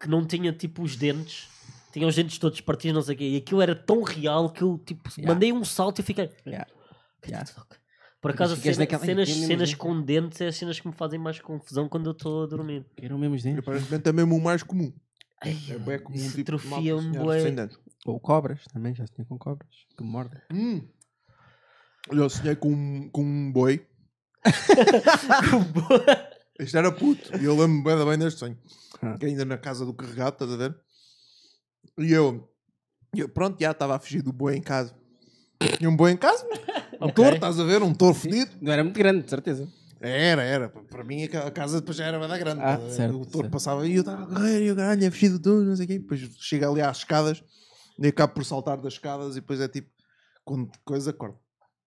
que não tinha tipo os dentes, tinha os dentes todos partidos, não sei o quê, e aquilo era tão real que eu tipo Yeah. mandei um salto e fiquei. Yeah. Que Yeah. fuck? Por acaso, ficas cena- naquela- cenas, "Ai, tem mesmo cenas jeito." com dentes é as cenas que me fazem mais confusão quando eu estou a dormir. Caíram mesmo os dentes. Aparentemente é mesmo o mais comum. Ai, É bem comum. isso tipo, malta, atrofia-me senhoras bué. sem dentes. Ou cobras também, já se tinha com cobras. Que mordem. Hum. Eu sonhei com um, com um boi. Este era puto. E eu lembro-me bem, bem deste sonho. Ah. Que é ainda na casa do carregado, estás a ver? E eu, e eu pronto, já estava a fugir do boi em casa. Tinha um boi em casa, né? um Ok. touro, estás a ver? Um touro fedido. Não era muito grande, de certeza. Era, era. Pa- Para mim a ca- a casa depois já era bada grande. Ah, estás a ver? certo, o touro certo. passava e eu estava a correr e o caralho, é fugido do touro, não sei o quê. Depois chega ali às escadas e acabo por saltar das escadas e depois é tipo, quando coisa, acordo.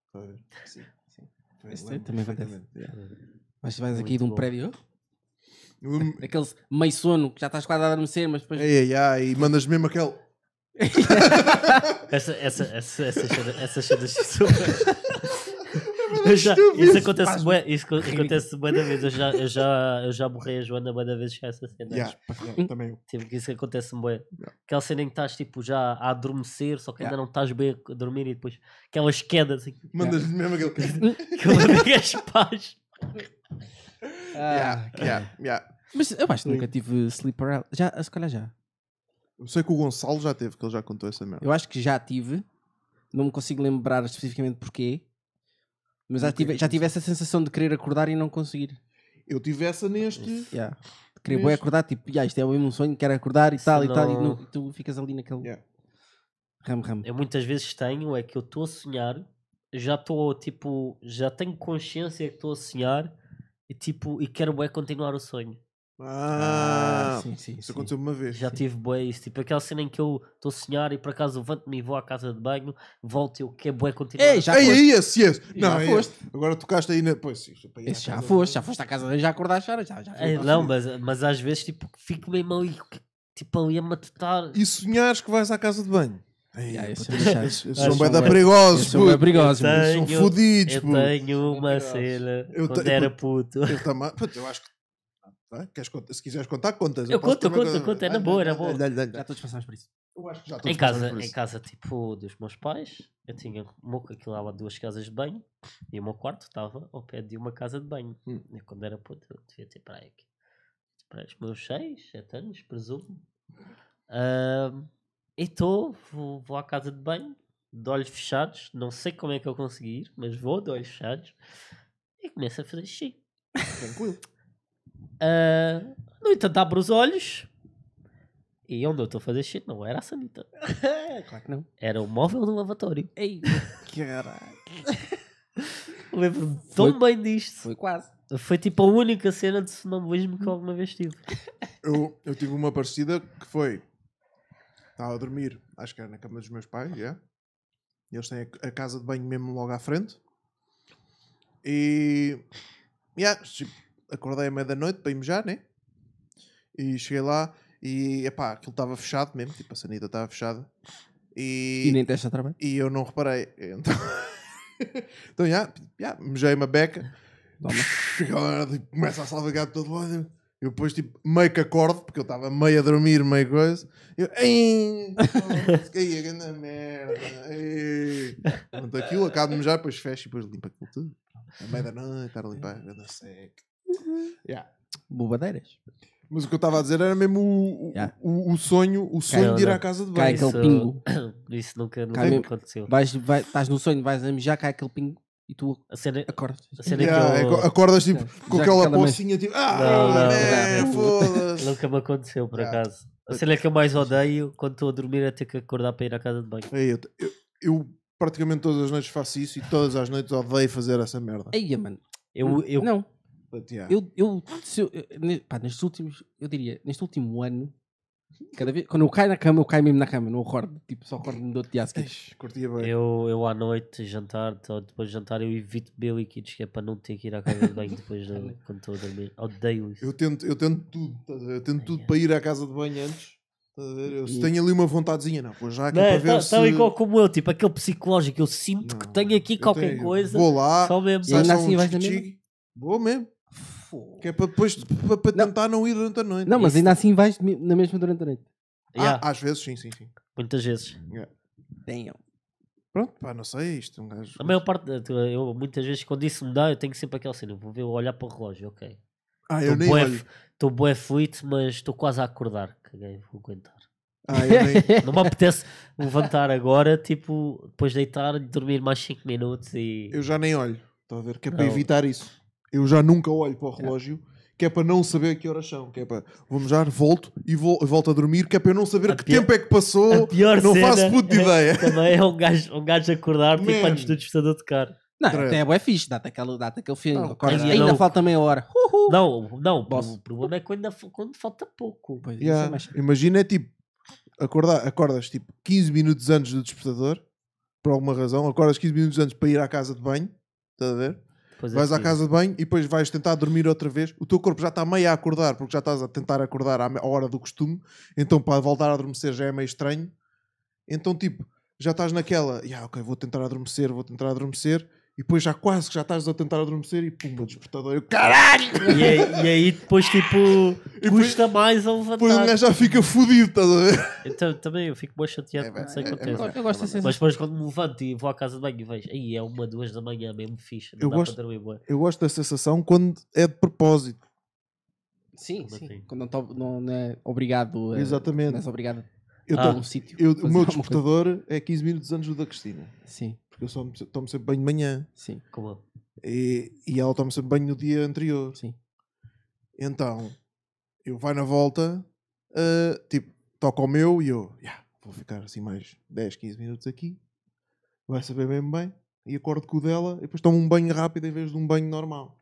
Estás a ver? Sim, sim. Eu Isso é, lembro também acontece. perfeitamente, yeah. Mas vais aqui Muito de um bom. prédio, Eu lembro- daquele meio sono que já estás quase a adormecer, mas depois. Ei, ei, ai, e mandas mesmo aquele. Essa, essa, essa, essa, cena- essa cena estúpida. Eu já, É estúpido, isso isso acontece faz-me bué, isso co- acontece bué da vez. Eu já, eu já, eu já borrei a Joana bué da vez com essa cena. Yeah, yeah, também eu. Tipo, que isso acontece bué. Yeah. Aquela cena em que estás tipo já a adormecer, só que ainda Yeah. não estás bem a dormir e depois aquelas quedas assim, Mandas mesmo aquele. que eu ligas paz. Ah, Yeah, yeah, yeah. Mas eu acho que nunca tive sleep paralysis. Já, se calhar já. Eu sei que o Gonçalo já teve, que ele já contou essa merda. Eu acho que já tive. Não me consigo lembrar especificamente porquê. Mas já tive, já tive essa sensação de querer acordar e não conseguir. Eu tive essa neste. Yeah. De querer bué acordar, tipo, yeah, isto é mesmo um sonho, quero acordar e Se tal e tal. E, não- não- e tu ficas ali naquele. Yeah. Ram, ram. Eu muitas vezes tenho é que eu estou a sonhar, já estou tipo, já tenho consciência que estou a sonhar e tipo, e quero bué continuar o sonho. Ah, sim, sim. isso sim. aconteceu uma vez. Já tive bué isso, tipo aquela cena em que eu estou a sonhar e por acaso levanto-me e vou à casa de banho, volto e eu quero bué continuar. Ei, a já Ei, foste. ei, esse, esse. Já Não, é esse. foste. Agora tocaste aí na. Pois, sim, isso, para ir à Esse já casa- foste, já foste à casa, já acordaste, já, já, já sonhar. foi. Ei, não, mas, mas às vezes tipo, fico mesmo ali, tipo ali a matutar. E sonhares que vais à casa de banho. Ei, Yeah, esses puto, são lixados. esses- esses Ah, são bem são da bué- perigosos, Esses são bué é puto. perigosos, Eu mano. São Tenho- fodidos, Eu puto. tenho uma Maravilhosos. cena Eu quando te- era puto. Eu também. Puto, eu acho que. Ah, queres contar- Se quiseres contar, contas. Eu posso conto, também conto, contar. conto, é na Dá-lhe, boa, na dá-lhe, boa. dá-lhe, dá-lhe. Já todos passamos por isso. Eu acho que já Em todos casa, passamos Tá por em isso. casa, tipo, dos meus pais, eu tinha mo- aquilo lá duas casas de banho e o meu quarto estava ao pé de uma casa de banho. Hum. E quando era puto, eu devia ter praia aqui. Para os meus 6, 7 anos, presumo. Ahm, e estou, vou, vou à casa de banho, de olhos fechados, não sei como é que eu consegui ir, mas vou de olhos fechados e começo a fazer xixi. Tranquilo. Ah, no entanto, abro os olhos e onde eu estou a fazer xixi não era a sanita. É, Claro que não. Era o móvel do lavatório. Ei, Eu Lembro-me Foi- tão bem disto. foi quase. Foi. tipo a única cena de sonambulismo que eu alguma vez tive. Eu, eu tive uma parecida que foi. Estava a dormir, acho que era na cama dos meus pais, já. E Eles têm a, a casa de banho mesmo logo à frente. E. já, tipo, acordei à meia-noite para ir mejar, né? E cheguei lá e, epá, aquilo estava fechado mesmo, tipo, a sanita estava fechada. E nem testa trabalho. E eu não reparei. Então, então já, já mejei uma beca. Toma. Fica lá, tipo, começa a salvagar de todo lado. Eu depois, tipo, meio que acordo, porque eu estava meio a dormir, meio coisa. Eu, ei, caí a grande merda. ei." Pronto, aquilo acaba de mejar, depois fecha e depois limpa aquilo tudo. A meia da noite, estar a limpar, anda seco. Yeah. Bobadeiras. Mas o que eu estava a dizer era mesmo o, o- Yeah. né? o, o sonho, o sonho de ir Caiu, à casa de Cai banho. aquele pingo. Isso nunca, nunca Cai me mesmo. aconteceu. Vais, vai, estás no sonho, vais a mijar, cai aquele pingo e tu A cena, acordas. a cena Yeah, que eu. aco- Acordas tipo com Já aquela aquela pocinha tipo. Ah, Não, não, man, não. foda-se. Nunca me aconteceu, por Yeah. acaso. A cena que eu mais odeio quando estou a dormir é ter que acordar para ir à casa de banho. Ei, Eu, eu- eu praticamente todas as noites faço isso e todas as noites odeio fazer essa merda. Eia, mano. Hum, Eu, eu, Não, But, yeah. eu, eu, se eu- eu- ne- pá, nestes últimos, eu diria, neste último ano, cada vez, quando eu caio na cama, eu caio mesmo na cama, não acordo, tipo, só acordo no outro dia a seguir. Eish, curtia bem. eu, eu à noite, jantar, to- depois de jantar, eu evito beber líquidos que é para não ter que ir à casa de banho depois de, quando estou a dormir. Odeio isso. Eu tento, eu tento tudo, estás a ver? Eu tento tudo para ir à casa de banho antes. Estás a ver? Eu, se E- tenho ali uma vontadezinha, não, pois já aqui Não, para é, ver tá, se... tá igual como eu, tipo, aquele psicológico, eu sinto que Não, tenho aqui eu qualquer tenho. coisa. Vou lá, Só mesmo. E ainda sai só assim um vais na tchic-tchic. Vou mesmo, que é para depois, para, para Não. tentar não ir durante a noite. Não, mas Isso. ainda assim vais me- na mesma durante a noite. Ah, Yeah, Às vezes, sim, sim, sim. Muitas vezes. Uhum. Damn. Pronto, pá, não sei, isto é um gajo... A maior parte, da- tu- eu muitas vezes, quando isso me dá, eu tenho sempre aquela cena. Vou ver, olhar para o relógio, ok. Ah, eu nem olho. Estou bué fluido, mas estou quase a acordar. Caguei, vou aguentar. Ah, eu nem... Não me apetece levantar agora, tipo, depois deitar, dormir mais 5 minutos e. Eu já nem olho, estás a ver? Que é para Não. evitar isso. Eu já nunca olho para o relógio, que é para não saber que horas são. Que é para vou mejar, volto e vol- volto a dormir, que é para eu não saber A que pior- tempo é que passou. A pior não cena faço puta é- ideia. Também é um gajo, um gajo acordar tipo, Man. antes do despertador tocar. Não, Credo. até é bué fixe, dá-te aquele, dá aquele fim. Ah, acordas, cara. ainda Não. falta meia hora. Uh, Uh. Uhul. Não, não, Boss. o problema é quando, ainda fa- quando falta pouco. Pois, isso é Yeah, mais- Imagina, é tipo, acordar, acordas tipo 15 minutos antes do despertador, por alguma razão, acordas 15 minutos antes para ir à casa de banho, estás a ver? Depois é Vais à seguir. casa de banho e depois vais tentar dormir outra vez. O teu corpo já está meio a acordar, porque já estás a tentar acordar à me- à hora do costume. Então, para voltar a adormecer já é meio estranho. Então, tipo, já estás naquela, "Ya, ok, vou tentar adormecer, vou tentar adormecer. E depois já quase que já estás a tentar adormecer e pumba, despertador. Eu, Caralho! E, aí- e aí depois, tipo, depois- custa mais a levantar. Depois um gajo já fica fodido, estás a ver? Então, também eu fico bem chateado É, quando isso é, é, é acontece. verdade. Eu gosto assim. Mas depois quando me levanto e vou à casa de banho e vejo, aí é uma, duas da manhã mesmo fixe, não Eu dá gosto- para dormir bué." Eu gosto da sensação quando é de propósito. Sim, Como sim. assim? Quando não, tô- não é obrigado. a- Exatamente. Não és obrigado Eu a Ah. tô- um sítio. eu- fazer o meu alguma coisa. despertador é 15 minutos antes do da Cristina. Sim, Porque eu só me- tomo sempre banho de manhã. sim, Como? E, e ela toma sempre banho no dia anterior. sim. Então, eu vai na volta, ah, tipo, toca o meu e eu, "Ya, vou ficar assim mais 10, 15 minutos aqui, vai saber mesmo bem, e acordo com o dela, e depois tomo um banho rápido em vez de um banho normal.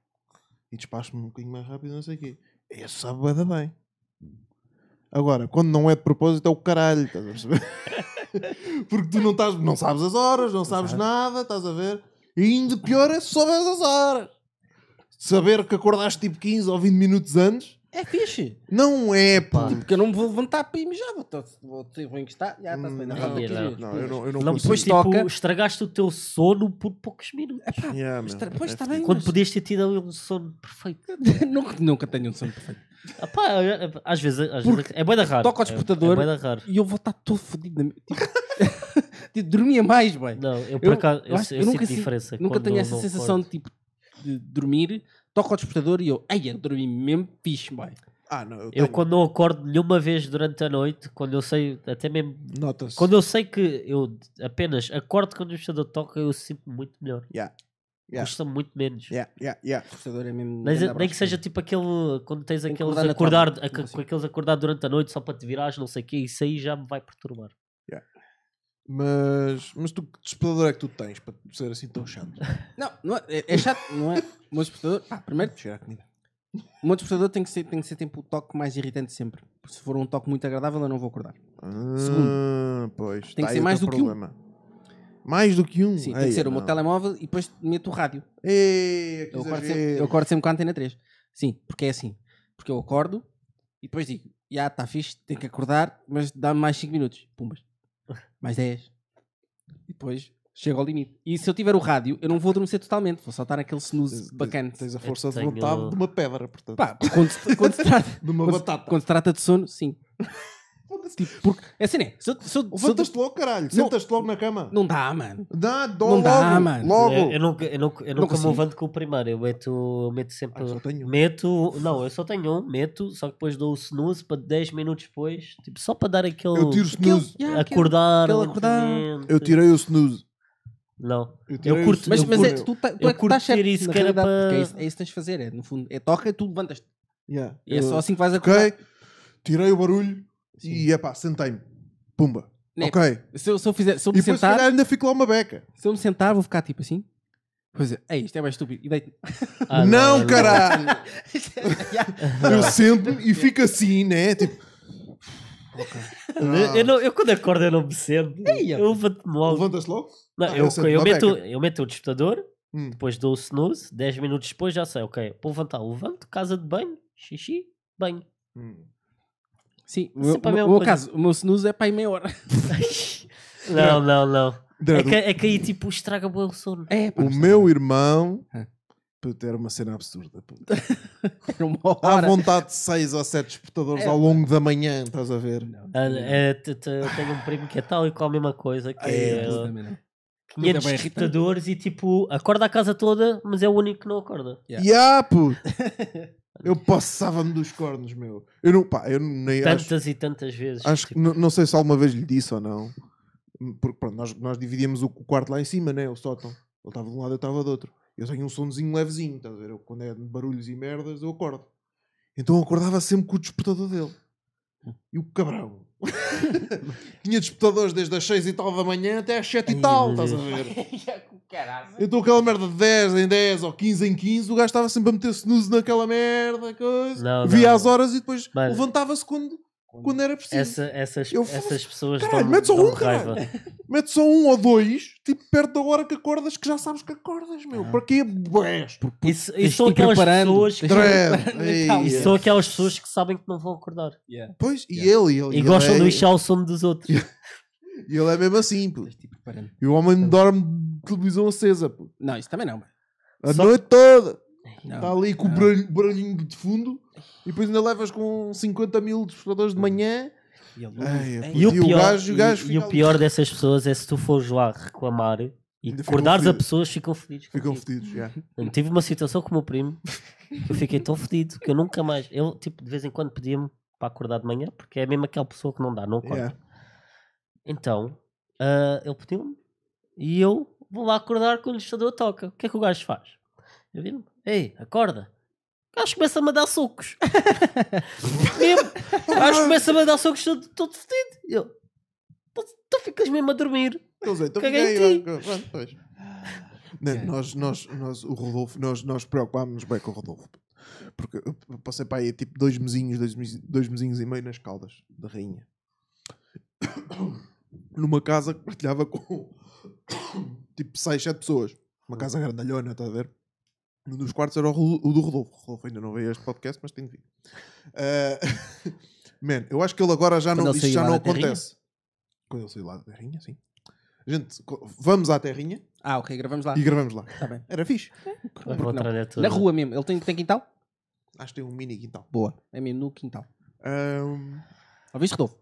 E despacho-me um bocadinho mais rápido, não sei o quê. Esse sabe bada bem. Agora, quando não é de propósito, é o caralho, estás a perceber? Porque tu não, estás, não sabes as horas, não sabes nada, estás a ver? E ainda pior é se souberes as horas. Saber que acordaste tipo 15 ou 20 minutos antes É fixe. não é, pá. Pá. Porque eu não me vou levantar para ir mijar. Vou, tô- vou, vou encostar. Já está-se bem. Hum, Não, Não, não, não, Não, eu não, eu não, Não, consigo. depois Depois tipo, toca. É estragaste o teu sono por poucos minutos. Yeah, Mas meu, tra- Pois é está bem. Quando mas- podias ter tido ali um sono perfeito. nunca, nunca tenho um sono perfeito. Ah, pá, às vezes, às vezes é bué da raro. toca o É- despertador. É, bué da raro. E eu vou estar todo fodido. na minha- Tipo, tipo, dormia mais, bem. Não, eu Eu- por acaso, eu, eu acho- eu eu sinto nunca sinto- diferença. Nunca é quando tenho essa não sensação acordo. de tipo de dormir. Toco ao despertador e eu, ai, eu dormi mesmo fixe, bem. Ah, não, eu, Eu tenho. quando não acordo nenhuma vez durante a noite, quando eu sei, até mesmo... Nota-se. Quando eu sei que eu apenas acordo quando o despertador toca, eu sinto muito melhor. Yeah. Yeah. Custa muito menos. Yeah, Um yeah, yeah. O despertador é mesmo. Nem, grande nem que abraço. seja tipo aquele. Quando tens Tem que aqueles acordar acordar, na aca- cama, assim. com aqueles acordar durante a noite só para te virares, não sei o quê, isso aí já me vai perturbar. Mas, mas tu, que despertador é que tu tens para ser assim tão chato? Não, não é, é- é chato, não é? O meu despertador, pá, primeiro, Cheira a comida. o meu despertador tem que ser, tem que ser tipo o toque mais irritante sempre. Porque se for um toque muito agradável, eu não vou acordar. Ah, pois. Tem tá aí que ser o mais teu do que um. Mais do que um? Sim, tem Ei, que ser o meu não. telemóvel e depois meto o rádio. Ei, que Eu acordo, exagero. sempre, eu acordo sempre com a antena 3. Sim, porque é assim. Porque eu acordo e depois digo, já está fixe, tenho que acordar, mas dá-me mais 5 minutos. Pumbas. Mais 10. E depois chego ao limite. E se eu tiver o rádio, eu não vou adormecer totalmente, vou só estar naquele Tens- snooze tens- bacana. Tens a força de tenho- vontade de uma pedra, portanto. Pá, quando se, quando se trata, de uma quando se- batata. quando se trata de sono, sim. Foda-se. Tipo, porque. É assim, né? Se, eu- se, eu- se, eu- Levantas-te logo, caralho. Não. Sentas-te logo na cama. Não dá, mano. Dá, dó Não logo. dá, mano. Logo. É, Eu, eu nunca, eu nunca, eu nunca me consigo. levanto com o primeiro. Eu meto, eu meto sempre. Ah, só tenho um. Meto. Não, eu só tenho um, meto, só que depois dou o snooze para 10 minutos depois. Tipo, só para dar aquele. Eu tiro o snooze. Yeah, aquele- acordar. aquele acordar. lentamente. Eu tirei o snooze. Não. tirei o curto- snooze. Mas, Eu mas é, curto- tu, tá, tu eu é que curto estás certo. ter isso, na que era realidade, para- porque é isso, é isso que tens de fazer. É, no fundo, é toca e tu levantas. Yeah. E é Eu- só assim que vais acordar. Ok. Tirei o barulho. E é pá, sentei-me. Pumba. Né? Ok. Se, eu, se eu fizer, se eu E me depois, se sentar, calhar, ainda fico lá uma beca. se eu me sentar, vou ficar tipo assim. Pois é, ei, isto é mais estúpido. E deito. Ah, não, eu caralho! Yeah. Eu sento-me e fico assim, né? Tipo. Eu, não- eu quando acordo eu não me sento. Ei, eu levanto-me logo. Levantas logo? Não, Ah, eu, eu sento eu na meto, beca. eu meto o despertador, Hum. depois dou o snooze, 10 minutos depois já sei, ok, vou levantar, levanto, casa de banho, xixi, banho. Sim, o é meu, Sempre a o meu- mesma o meu coisa. caso, o meu snooze é para aí meia hora. Não, não, não. É Dado, que, é que aí tipo estraga bué o sono. É, pá, O meu irmão. Ah. Puta, era uma cena absurda. puta. era é uma hora. Há vontade de 6 ou 7 despertadores É, ao longo da manhã, estás a ver? Ah, é, te- te- eu tenho um primo que é tal e qual a mesma coisa, que Ai, é Snooze uh, também não. 500 é bem irritante. despertadores e tipo acorda a casa toda, mas é o único que não acorda. Yeah. Yeah, puto. Eu passava-me dos cornos, meu. Eu não, pá, eu nem acho, Tantas e tantas vezes. acho que tipo, n- não sei se alguma vez lhe disse ou não. Porque pronto, nós, nós dividíamos o o quarto lá em cima, né? O sótão. Ele estava de um lado, eu estava do outro. Eu tenho um sonzinho levezinho, estás a ver? Eu, quando é de barulhos e merdas, eu acordo. Então eu acordava sempre com o despertador dele. E o cabrão. Tinha despertadores desde as 6 e tal da manhã até às 7 Ai, e tal, meu estás a ver? Então aquela merda de 10 em 10 ou 15 em 15, o gajo estava sempre a meter snooze naquela merda, coisa. Não, não, Via não. as horas e depois Mano. levantava-se quando, quando era preciso. essa- essas, Eu- essas pessoas Caralho, dão, mete só dão um, raiva. caralho. Mete só um ou dois, tipo perto da hora que acordas, que já sabes que acordas, meu. Para quê? Bués. Tens Isso, isso são de ir aquelas preparando, tens pessoas que de ir Dread. preparando. Ei, Calma. E são aquelas pessoas que sabem que não vão acordar. Pois, e Yeah. ele, e ele. E ele gostam é, de lixar o sono dos outros. E ele é mesmo assim, pô. Tens de ir preparando. E o homem dorme de televisão acesa, pô. Não, isso também não. mano. A Só- Ah. noite toda. Não. Está tá ali com o não. barulho- barulhinho de fundo e depois ainda levas com 50 mil despertadores de manhã. E ele- Ai, é Ei, E o E o pior, gajo- o gajo e- fica e o ali. pior dessas pessoas é se tu fores lá reclamar e Ainda ficam acordares a fodidos. pessoas, ficam fodidos. Ficam contigo. fedidos, já. Eu Tive uma situação com o meu primo que eu fiquei tão fodido que eu nunca mais. Ele, tipo, de vez em quando pedia-me para acordar de manhã porque é mesmo aquela pessoa que não dá, não acorda. Yeah. Então, ah, ele pediu-me e eu vou lá acordar quando o listador toca. O que é que o gajo faz? Eu vi-me, ei, acorda. O gajo começa-me a dar socos. mesmo. O gajo começa-me a dar socos todo, todo fedido. E Eu, tu, tu ficas mesmo a dormir. Então, Zé, então Caguei fica aí, em ti. vai, pronto, pois. Não, nós, nós, nós, o Rodolfo, nós, nós preocupámos-nos bem com o Rodolfo. Porque eu eu passei para aí tipo dois mesinhos, dois, mes- dois mesinhos e meio nas caldas da rainha. Numa casa que partilhava com tipo seis, sete pessoas. Hum. Uma casa grandalhona, estás a ver? Um dos quartos era o, Ro- o do Rodolfo. O Rodolfo ainda não veio a este podcast, mas tem de vir. Ah, man, eu acho que ele agora já Quando não, ele isto saiu já lá não da terrinha? acontece. Quando ele saiu lá da terrinha, sim. Gente, co- vamos à terrinha Ah, ok, gravamos lá. e gravamos lá. Tá bem. Era fixe. Por que Vou não? trazer tudo. Na rua mesmo. Ele tem, tem quintal? Acho que tem um mini quintal. Boa. É mesmo no quintal. Ahm, Ouviste, Rodolfo?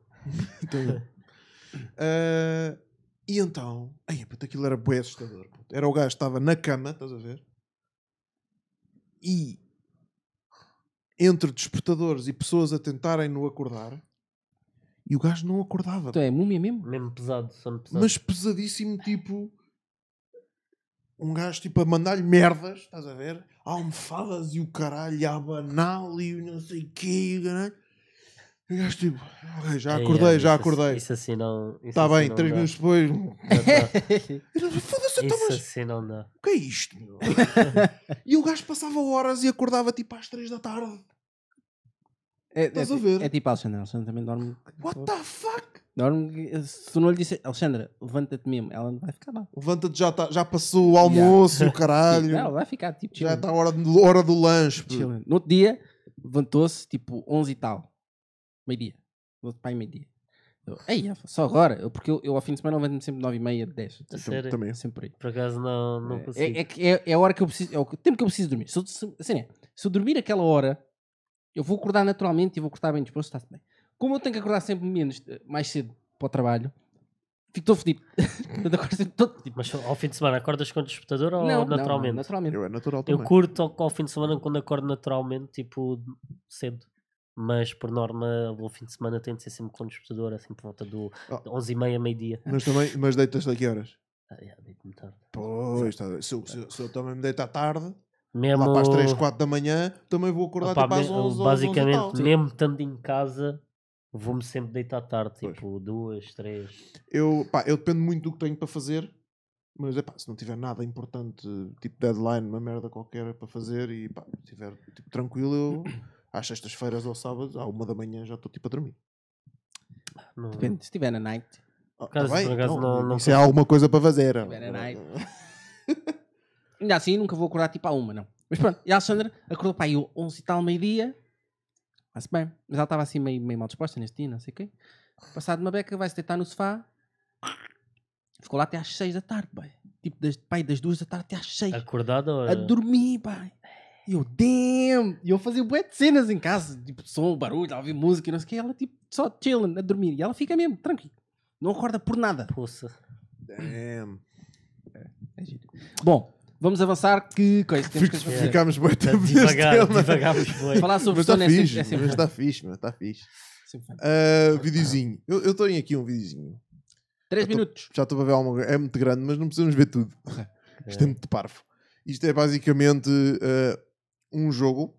então, ah, e então, ai, puto, aquilo era bué assustador. puto. Era o gajo que estava na cama, estás a ver? E entre despertadores e pessoas a tentarem no acordar, e o gajo não acordava. Então é múmia mesmo? Mesmo pesado, sono pesado. mas pesadíssimo, tipo um gajo tipo a mandar-lhe merdas, estás a ver? Almofadas e o caralho, e a banal e o não sei o quê, e o caralho. E o gajo tipo, ok, já Ei, acordei, é, já isso- acordei. Isso assim não. isso Está assim Tá bem, não três dá. minutos depois. Não eu não- Foda-se, dá. então, Isso mas assim não dá. o que é isto? meu? e o gajo passava horas e acordava tipo às três da tarde. É, Estás é, a ver? É tipo a Alexandra. A Alexandra também dorme. What the fuck? dorme se tu não lhe disser, Alexandra, levanta-te mesmo. Ela não vai ficar lá. Levanta-te, já, tá- já passou o almoço, o Sim, caralho. não, ela vai ficar tipo Ah, já tá está chilling. a hora, do- hora do lanche. puto. chilling. No outro dia, levantou-se tipo 11 e tal. Meio-dia. No outro pai, meio-dia. Eu, Ei, só agora? Eu- Porque eu, eu ao fim de semana levanto-me sempre 9 e meia, 10. A sério. Também. Sempre por aí. Por acaso não, não É- consigo. É, que é, é a hora que eu preciso, é o que- tempo que eu preciso dormir. Se eu, se- assim é, se eu dormir aquela hora, eu vou acordar naturalmente e vou acordar bem disposto, está-se bem. Como eu tenho que acordar sempre menos, eh, mais cedo para o trabalho, fico todo fedido. Portanto, acordo sempre todo fedido. Mas ao fim de semana acordas com o despertador ou naturalmente? naturalmente. Eu é natural Eu também. curto ao, ao fim de semana quando acordo naturalmente, tipo, cedo. Mas por norma, o fim de semana tem de ser sempre com o despertador, assim por volta do Oh. 11h30, meio-dia. Mas também, mas deitas-te a que horas? Ah, yeah, deito-me tarde. Pois, tá, se, eu- se, eu- se eu também me deito à tarde, Mesmo, lá para as 3, 4 da manhã, também vou acordar opá, tipo às me- 11, basicamente, 11 e tal. mesmo estando em casa, vou-me sempre deitar tarde, Pois. tipo, duas, três. Eu, pá, eu dependo muito do que tenho para fazer, mas epá, se não tiver nada importante, tipo deadline, uma merda qualquer para fazer, e pá, se estiver tipo, tranquilo, eu às sextas-feiras ou sábados, à uma da manhã já estou tipo a dormir. Não- Depende, se estiver na night. Ah, tá acaso- bem, por acaso então, não- não isso é alguma coisa para fazer. Tiver a night. Ainda assim, nunca vou acordar tipo à uma, não. Mas pronto, e a Alexandra acordou para aí 11 e tal, meio-dia. Está-se bem. Mas ela estava assim meio, meio mal disposta nesse dia, não sei o quê. Passado uma beca, vai-se deitar no sofá. Ficou lá até às 6 da tarde, pai. Tipo, das, pai, das 2 da tarde até às 6. Acordado ou... A dormir, pai. E eu, damn! E eu fazia bué de cenas em casa. Tipo, som, barulho, a ouvir música e não sei o quê. Ela, tipo, só chilling, a dormir. E ela fica mesmo, tranquila. Não acorda por nada. Poça. Damn. É giro. Bom, vamos avançar que coisa temos coisas para fazer. Ficámos bem tempo neste Tá Devagar, tema. devagar, mas foi. Falar sobre Mas está sono é fixe, sempre, é sempre mas fun. está fixe, mas está fixe. Sempre fun. Ah, videozinho. Eu, eu tenho aqui um videozinho. Três eu tô- minutos. Já estou a ver alguma coisa. É muito grande, mas não precisamos ver tudo. Isto é muito parvo. Isto é basicamente ah, um jogo.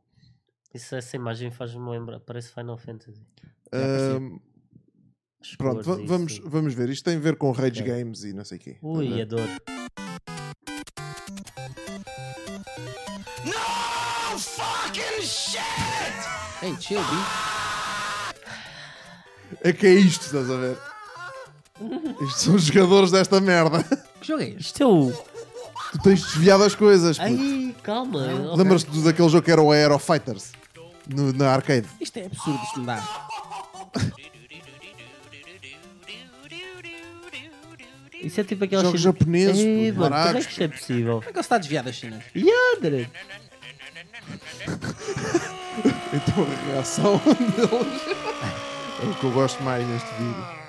Isso, essa imagem faz-me lembrar, parece Final Fantasy. é parecia. Ah, assim, As Pronto, va- cores e vamos, isso. vamos ver. Isto tem a ver com Rage Ok. Games e não é? sei o quê. Ui, é- adoro. No fucking shit! Ei, chill, bicho. É que é isto, estás a ver? Isto são os jogadores desta merda. Que jogo é este? Isto é o. Tu tens desviado as coisas. puto. Ai, calma. ok. Lembras-te daquele jogo que era o Aero Fighters? No- na arcade. Isto é absurdo, isto não dá. Isso é tipo aquele. Jogos japoneses, Ei, puto, mano, como é baratos, que isto é possível? Como é que ele está desviado das cenas? Yandere! Então a reação deles é o que eu gosto mais neste vídeo.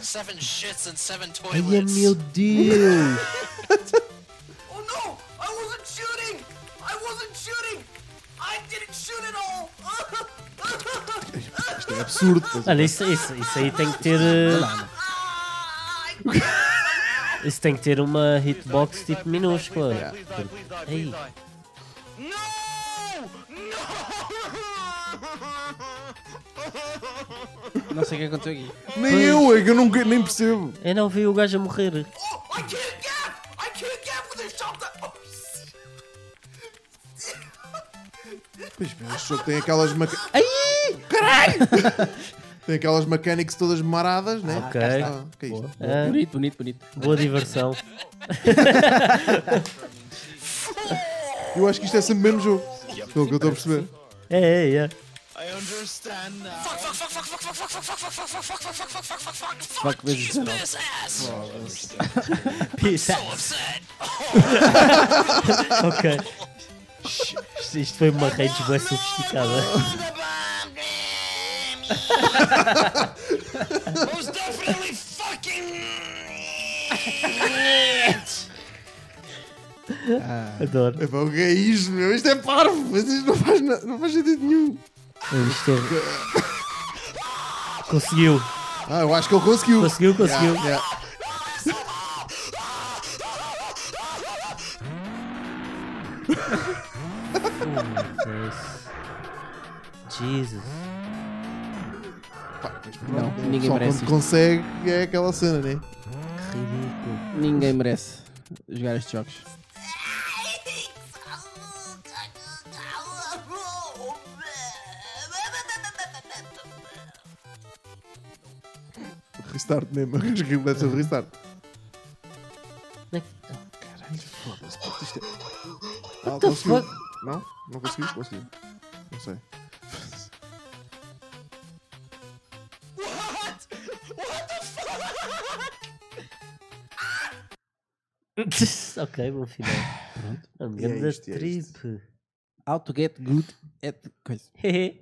Seven shits and seven Ai, toilets. meu Deus! Oh no! I wasn't shooting! I wasn't shooting! I didn't shoot at all! Isto é absurdo. estás a ver? Olha, isso, isso, isso aí tem que ter. eh, Isso tem que ter uma hitbox tipo minúscula. Ei, Não sei o que aconteceu aqui. Nem eu, é que eu nunca, nem percebo. eu não vi o gajo a morrer. Oh, I can't gap! I can't gap when they shot that! Oh, Pois bem, este jogo tem aquelas. Meca... Ai! Caralho! tem aquelas mecânicas todas maradas, né? Ok. Ah, que é isto? Boa. Ah, Bonito, bonito, bonito. boa diversão. Eu acho que isto é sempre o mesmo jogo. Pelo que eu estou a perceber. É, é, é. Fuck vezes 19. his ass! Pizza. Upset! Ok. Isto- Isto foi uma rage bem sofisticada. Oh, Most definitely fucking. Adoro. Epá, o que é isto, meu? Isto é parvo, mas isto não faz, na- não faz sentido nenhum. Isto é... Conseguiu, Ah, eu acho que ele conseguiu. conseguiu, conseguiu. Yeah. Jesus. Não, ninguém Só merece quando isto. consegue é aquela cena, né? Ridículo. Ninguém merece jogar estes jogos. Restart mesmo. Acho que deve ser o restart. Né? Caralho, foda-se. puto, Isto é... Ah, the conseguiu. fuck? Não? Não conseguiu? Conseguiu. Não sei. ok, bom final. Pronto. Mano, E é grande isto, e é trip. isto. How to get good at coisa. Esse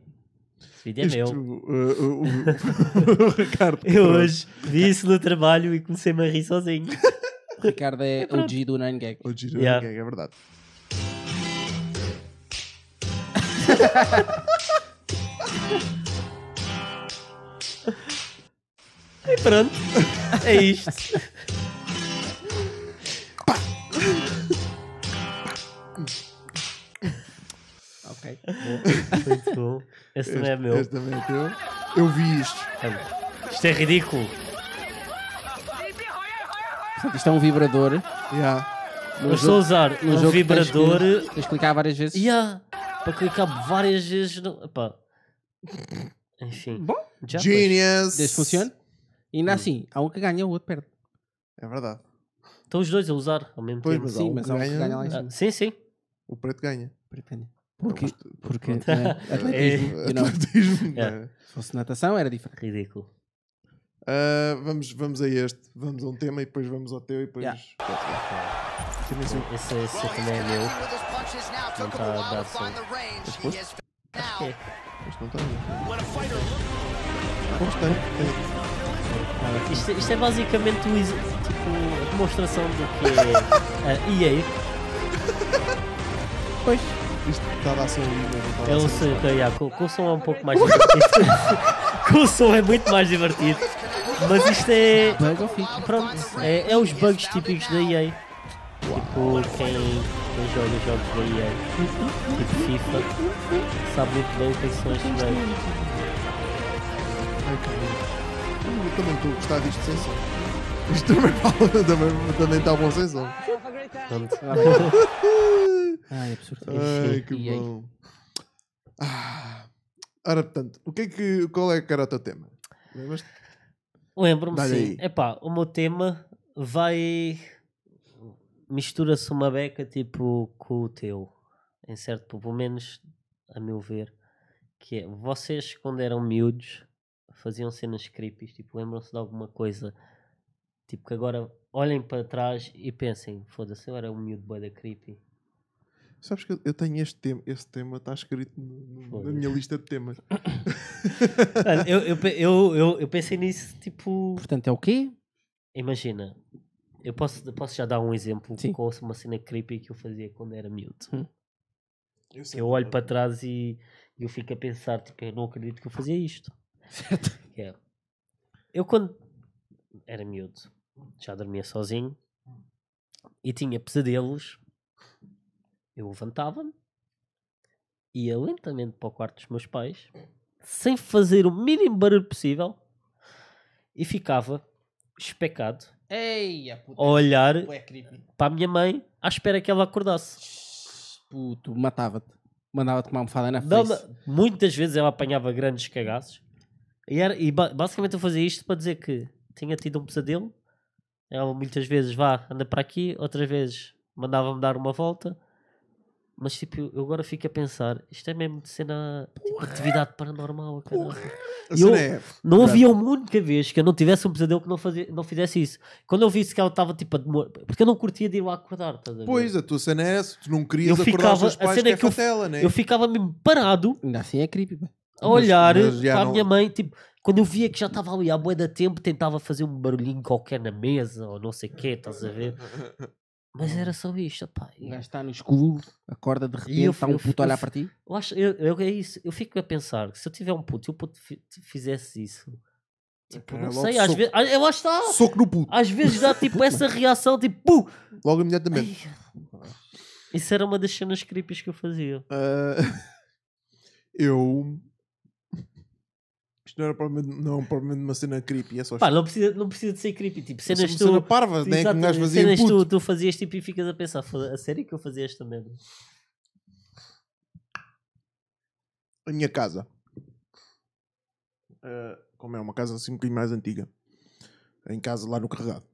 vídeo é Isto, meu. uh, uh, o- o Ricardo. Eu hoje vi isso no trabalho e comecei-me a rir sozinho. Ricardo é OG do 9 Gag. O giro Yeah. é verdade. E pronto, é isto. Ok. Muito bom. Esse também é meu. Este também é teu. Eu vi isto. Isto é ridículo. Portanto, Isto é um vibrador. Yeah. No Eu estou a jogo- usar no um jogo que tens que- vibrador. Tens que clicar várias vezes. Yeah, para clicar várias vezes. No... Epá. Enfim. Bom, já foi. Genius. Desde que funcione. E Hum. ainda assim, há um que ganha, o outro perde. É verdade. Estão os dois a usar ao mesmo Pois, tempo. mas há Sim, um mas que há um que ganha, ganha lá em cima. Ah, sim, sim. O preto ganha. É Porquê? Mas tu- Porque pronto. né, atletismo. you know. Atletismo, Yeah. não é? Se fosse natação era diferente. Ridículo. Ah, vamos, vamos a este. Vamos a um tema e depois vamos ao teu e depois. Yeah. Que nem sei o Esse, esse também é meu. É. Isto não está aí. Pois tem, É, tem. Isto, isto é basicamente um ex- tipo, a demonstração do que é a EA. Pois. Isto está a dar som aí, mas não está a É dar o som. som que yeah, com, com o som é um pouco mais divertido. com o som é muito mais divertido. Mas isto é. Bug ou fica. Pronto, é, é os bugs típicos da EA. Tipo, quem, quem joga os jogos da EA, tipo FIFA, sabe muito bem o que é que são estes bugs. Ai, que lindo. Eu também estou a gostar disto sem som. Isto também fala- também- também está bom sem som. Pronto. Ai, absurdo. É Ai, que E aí? bom. Ah. Ora, portanto, o que é que, qual é que era o teu tema? Lembras-te? Lembro-me Dá-lhe sim. aí. Epá, o meu tema vai. mistura-se uma beca tipo com o teu. Em certo, pelo menos a meu ver. Que é vocês quando eram miúdos faziam cenas creepy, tipo, lembram-se de alguma coisa. Tipo que agora olhem para trás e pensem, foda-se, eu era um miúdo bué da creepy. Sabes que eu- eu tenho este tema, este tema está escrito no- no- na Foda-se. minha lista de temas. Mano, eu, eu, pe- eu, eu, eu pensei nisso, tipo. Portanto, é o quê? Imagina, eu posso, eu posso já dar um exemplo Sim. com uma cena creepy que eu fazia quando era miúdo. Hum. é Eu, sei. Eu olho para trás e e eu fico a pensar, tipo, eu não acredito que eu fazia isto. Que é, Eu quando era miúdo, já dormia sozinho e tinha pesadelos, eu levantava-me, ia lentamente para o quarto dos meus pais, sem fazer o mínimo barulho possível, e ficava especado Ei, a puta. a olhar Ué, creepy. para a minha mãe à espera que ela acordasse. Puto, Tipo, matava-te. Mandava-te uma almofada na Não, face. não. muitas vezes ela apanhava grandes cagaços. E, era- e ba- basicamente eu fazia isto para dizer que tinha tido um pesadelo. Ela muitas vezes vá, anda para aqui, outras vezes mandava-me dar uma volta. Mas tipo, eu agora fico a pensar, isto é mesmo de cena tipo, atividade paranormal. caralho. A cena eu- é, Não havia uma única vez que eu não tivesse um pesadelo que não, fazia, não fizesse isso. Quando eu visse que ela estava tipo a demorar, porque eu não curtia de ir lá acordar, estás a ver? pois, a tua cena é essa, tu não querias Eu acordar os ficava- teus a pais cena que é é que eu- fatela, né? Eu ficava mesmo parado Ainda assim é creepy. pá. a Mas- olhar mas já para não- a minha mãe, tipo, quando eu via que já estava ali há bué da tempo, tentava fazer um barulhinho qualquer na mesa ou não sei o quê, estás a ver? Mas era só isto, pá. Um gajo está no escuro, acorda de repente, eu- está um eu- puto a eu- olhar para ti. Eu acho, eu, eu- é isso, eu fico a pensar que se eu tiver um puto e o puto fi- fizesse isso, tipo, Era não É logo sei, às soco. vezes, ah, eu acho que está, Soco no puto, às vezes dá tipo essa reação, tipo, pum! logo imediatamente. Ai. Isso era uma das cenas creepies que eu fazia. Ah, eu. Isto não era provavelmente, não, um provavelmente uma cena creepy, é só Pá, não precisa, não precisa de ser creepy, tipo, uma cenas cena tu. parva, né? Que um gajo Exato, fazia cenas tu, puto. tu fazias tipo e ficas a pensar, "Foda- a sério que eu fazia esta merda? A minha casa. Ah, como é uma casa assim um bocadinho mais antiga. Em casa, lá no carregado.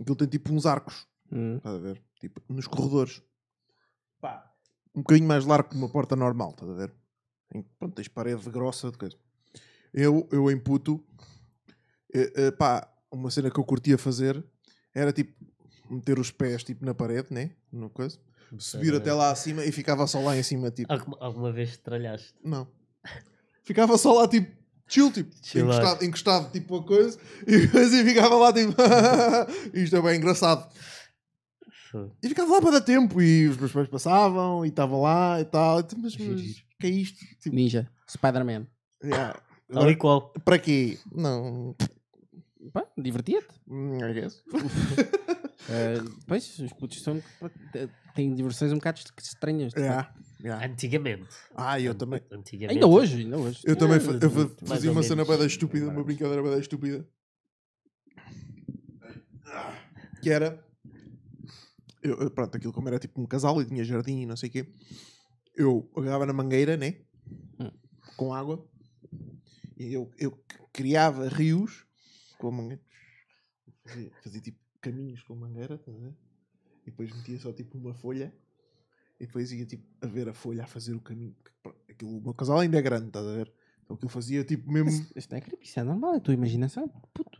Aquilo tem tipo uns arcos, Hum. estás a ver? Tipo, nos corredores. Pá, um bocadinho mais largo que uma porta normal, estás a ver? Em, pronto, tens parede grossa de coisa. Eu, eu em puto, eh, eh, pá, uma cena que eu curtia fazer era tipo, meter os pés tipo na parede, né? No coisa. Subir até lá acima e ficava só lá em cima, tipo. Alguma, alguma vez tralhaste? Não. Ficava só lá, tipo, chill, tipo, Chillar. encostado, encostado, tipo, a coisa, e, depois eu ficava lá, tipo, isto é bem engraçado. Fogo. E ficava lá para dar tempo, e os meus pais passavam, e estava lá, e tal, e, tipo, mas, Giro, mas giro. que é isto? Tipo, Ninja, Spider-Man. yeah. Tal e Agora, qual. para quê? Não, Pá, divertia-te. hum, I guess. Eh, pois, os putos são, têm diversões um bocado est- estranhas. de facto. Yeah, yeah. Antigamente. Ah, eu também. Antigamente. Ainda hoje, ainda hoje. Eu também fa- eu fa- muito. Mais fazia ou uma cena menos. bem estúpida, uma brincadeira bem estúpida. Que era. Eu, eu- pronto, aquilo como era tipo um casal e tinha jardim e não sei o quê. Eu agarrava na mangueira, né? Com água. E eu, eu c- criava rios com a mangueira. Fazia, fazia, tipo caminhos com a mangueira, estás a ver? E depois metia só tipo uma folha. E depois ia tipo a ver a folha a fazer o caminho. Porque, pá, Aquilo, o meu casal ainda é grande, estás a ver? Então aquilo fazia tipo mesmo. Isto- Isto não é creepy, isso é normal, é a tua imaginação. Puto.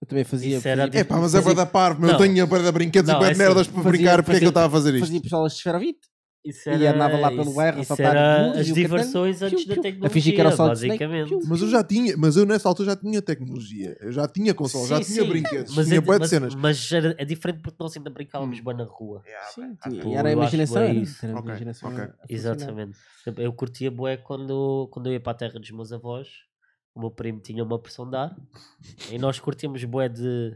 Eu também fazia. Isso era- fazia- É pá, mas é fazia- para dar parvo, meu. Eu Não. tenho a para brinquedos Não, e para é de assim, merdas para fazia- brincar. Porque é que fazia- eu estava a fazer isto? Fazia pistolas de esferovite. Ah, Isso E andava lá pelo isso- bairro a isso saltar era muros e as o caralho. diversões antes Piu, da piu. tecnologia. A fingir que era o Solid Snake. basicamente. Piu. Mas eu já tinha, mas eu nessa altura já tinha tecnologia. Eu já tinha console, já Sim, tinha sim. brinquedos, Mas tinha é- bué de mas- cenas. Mas era- é diferente porque nós ainda Hum. brincávamos bem na rua. Sim, tinha- pô, e era a eu acho imaginação. bué Era, isso. era a Ok, imaginação ok. a funcionar. Exatamente. Eu, eu curtia bué quando, quando eu ia para a terra dos meus avós. O meu primo tinha uma pressão de ar. e nós curtíamos bué de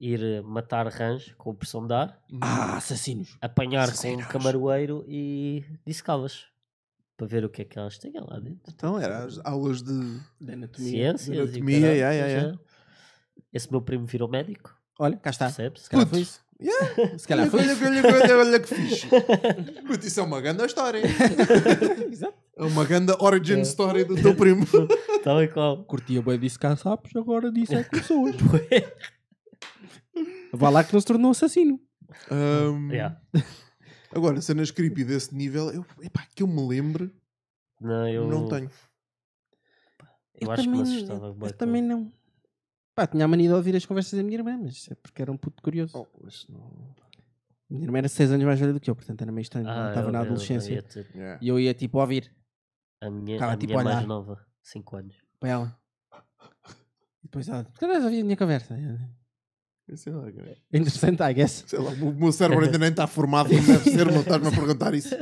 ir eh, matar rãs com a pressão de ar, Ah, assassinos. apanhar Assassinos. com um camaroeiro e dissecá-las. Para ver o que é que elas têm lá dentro. Então era as aulas de. De anatomia. Ciências. e o anatomia, caralho, yeah, yeah, mas, eh, Esse meu primo virou médico. Olha, cá está. Se Percebe? Se calhar calhar foi foi isso. isso. Yeah, Se calhar foi olha, isso. olha, olha, olha que fixe. Puto, isso é uma grande história. Exato. É uma grande origin É. story do teu primo. Tal e qual. Curtia bem disse sapos, agora disse é pessoas. Vá lá que não se tornou assassino. Ahm, Yeah. Agora, cenas creepy desse nível, eu, epá, que eu me lembro, Não, eu, não tenho. Eu, acho que me assustava bué Eu com- também não. Pá, tinha a mania de ouvir as conversas da minha irmã, mas é porque era um puto curioso. Oh, mas não- Minha irmã era 6 anos mais velha do que eu, portanto era meio estranho. não estava Ah, eu- na eu- eu adolescência. ia ter- Yeah. E eu ia tipo ouvir A minha, Ficava a tipo minha a olhar. mais nova, 5 anos. para ela. E depois ah, ela, por que não ouvir a minha conversa? Sei lá, cara. É interessante, I guess. Sei lá, o meu cérebro ainda nem está formado como deve ser, não estás-me a perguntar isso.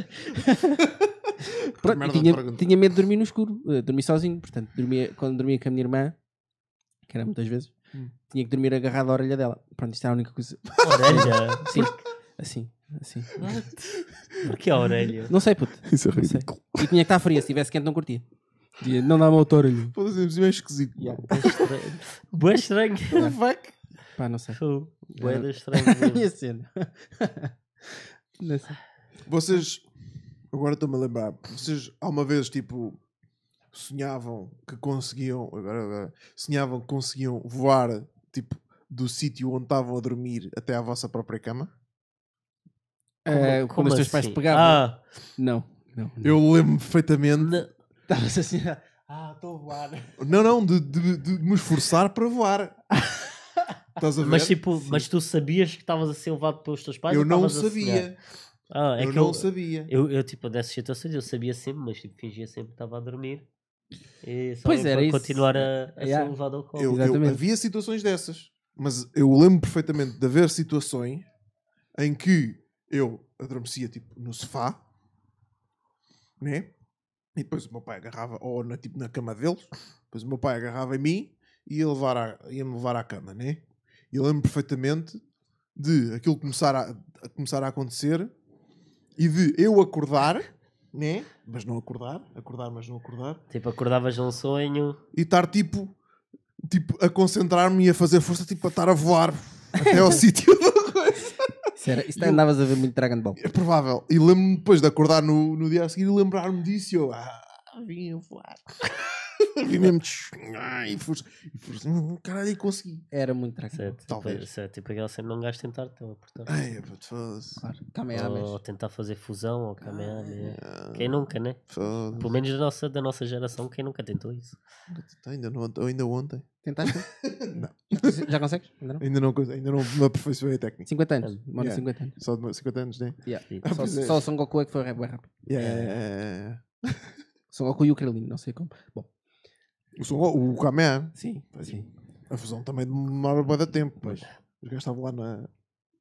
Pronto, merda de tinha, pergunta. tinha medo de dormir no escuro, eh, dormi sozinho, portanto, dormia, quando dormia com a minha irmã, que era muitas vezes, Hum. tinha que dormir agarrado à orelha dela. Pronto, isto era a única coisa. Orelha? Sim, assim, assim. Porquê a orelha? Não sei, puto. Isso é Não sei. E tinha que estar fria, se estivesse quente não curtia. Dizia, não dá-me ao orelha. Pode ser, é esquisito. Yeah. Boa estranho. Fuck. Pá, não sei. É. Boa estranho. Minha mesmo. cena. Não sei. Vocês, agora estou-me a lembrar, vocês alguma vez, tipo, sonhavam que conseguiam, agora, agora, sonhavam que conseguiam voar, tipo, do sítio onde estavam a dormir até à vossa própria cama? Eh, Como- quando como os teus pais assim? pegavam. Ah, Não, não. Eu lembro-me perfeitamente. Estavas assim. Ah, estou a voar. Não, não, de, de- de me esforçar para voar. Estás a ver? mas tipo, mas tu sabias que estavas a ser levado pelos teus pais? eu ou não estavas a sonhar? sabia. Ah, é eu que não eu, sabia. eu, eu, tipo, dessas situações eu sabia sempre, mas tipo, fingia sempre que estava a dormir. E só Pois para era isso. continuar a, a Yeah. ser levado ao colo. Eu- eu- Exatamente. havia situações dessas, mas eu lembro perfeitamente de haver situações em que eu adormecia tipo no sofá, né? E depois o meu pai agarrava, ou na, tipo, na cama deles, depois o meu pai agarrava em mim e ia, levar à- ia me levar à cama, né? E eu lembro perfeitamente de aquilo começar a, a começar a acontecer e de eu acordar, né? Mas não acordar, acordar, mas não acordar Tipo, acordavas num sonho. e estar tipo, tipo a concentrar-me e a fazer força, tipo a estar a voar até ao sítio. Isso, era, isso andavas a ver muito Dragon Ball. É provável. E lembro-me depois de acordar no, no dia a seguir e lembrar-me disso. e Eu, ah, vim a voar. Vi mesmo. tch, ah, E foste. E foste. hum, Caralho, e consegui. Era muito tranquilo. Certo, Talvez. Tipo, certo, tipo aquela cena não gajo tentar teleportar. Ai, é, puto, foda-se. Claro. Kamehamehas. Ou tentar fazer fusão ou Kamehameha. Quem nunca, né? Foda-se. Pelo menos da nossa, da nossa geração, quem nunca tentou isso? Ainda, não, ainda ontem. Tentaste? não. Já consegues? Ainda não? Ainda não, cons- ainda não me aperfeiçoei a técnica. 50 anos. Demora Yeah. 50 anos. Só de 50 anos, né? Yeah. Sim. Só, Pois é. só o Son Goku é que foi rap, rápido. Yeah, yeah, yeah, yeah. Son Goku e o Krillin, não sei como. Bom, O, som, o Kamea, sim. sim. a fusão também demora bué de tempo. Pois. Os gajos estavam lá na,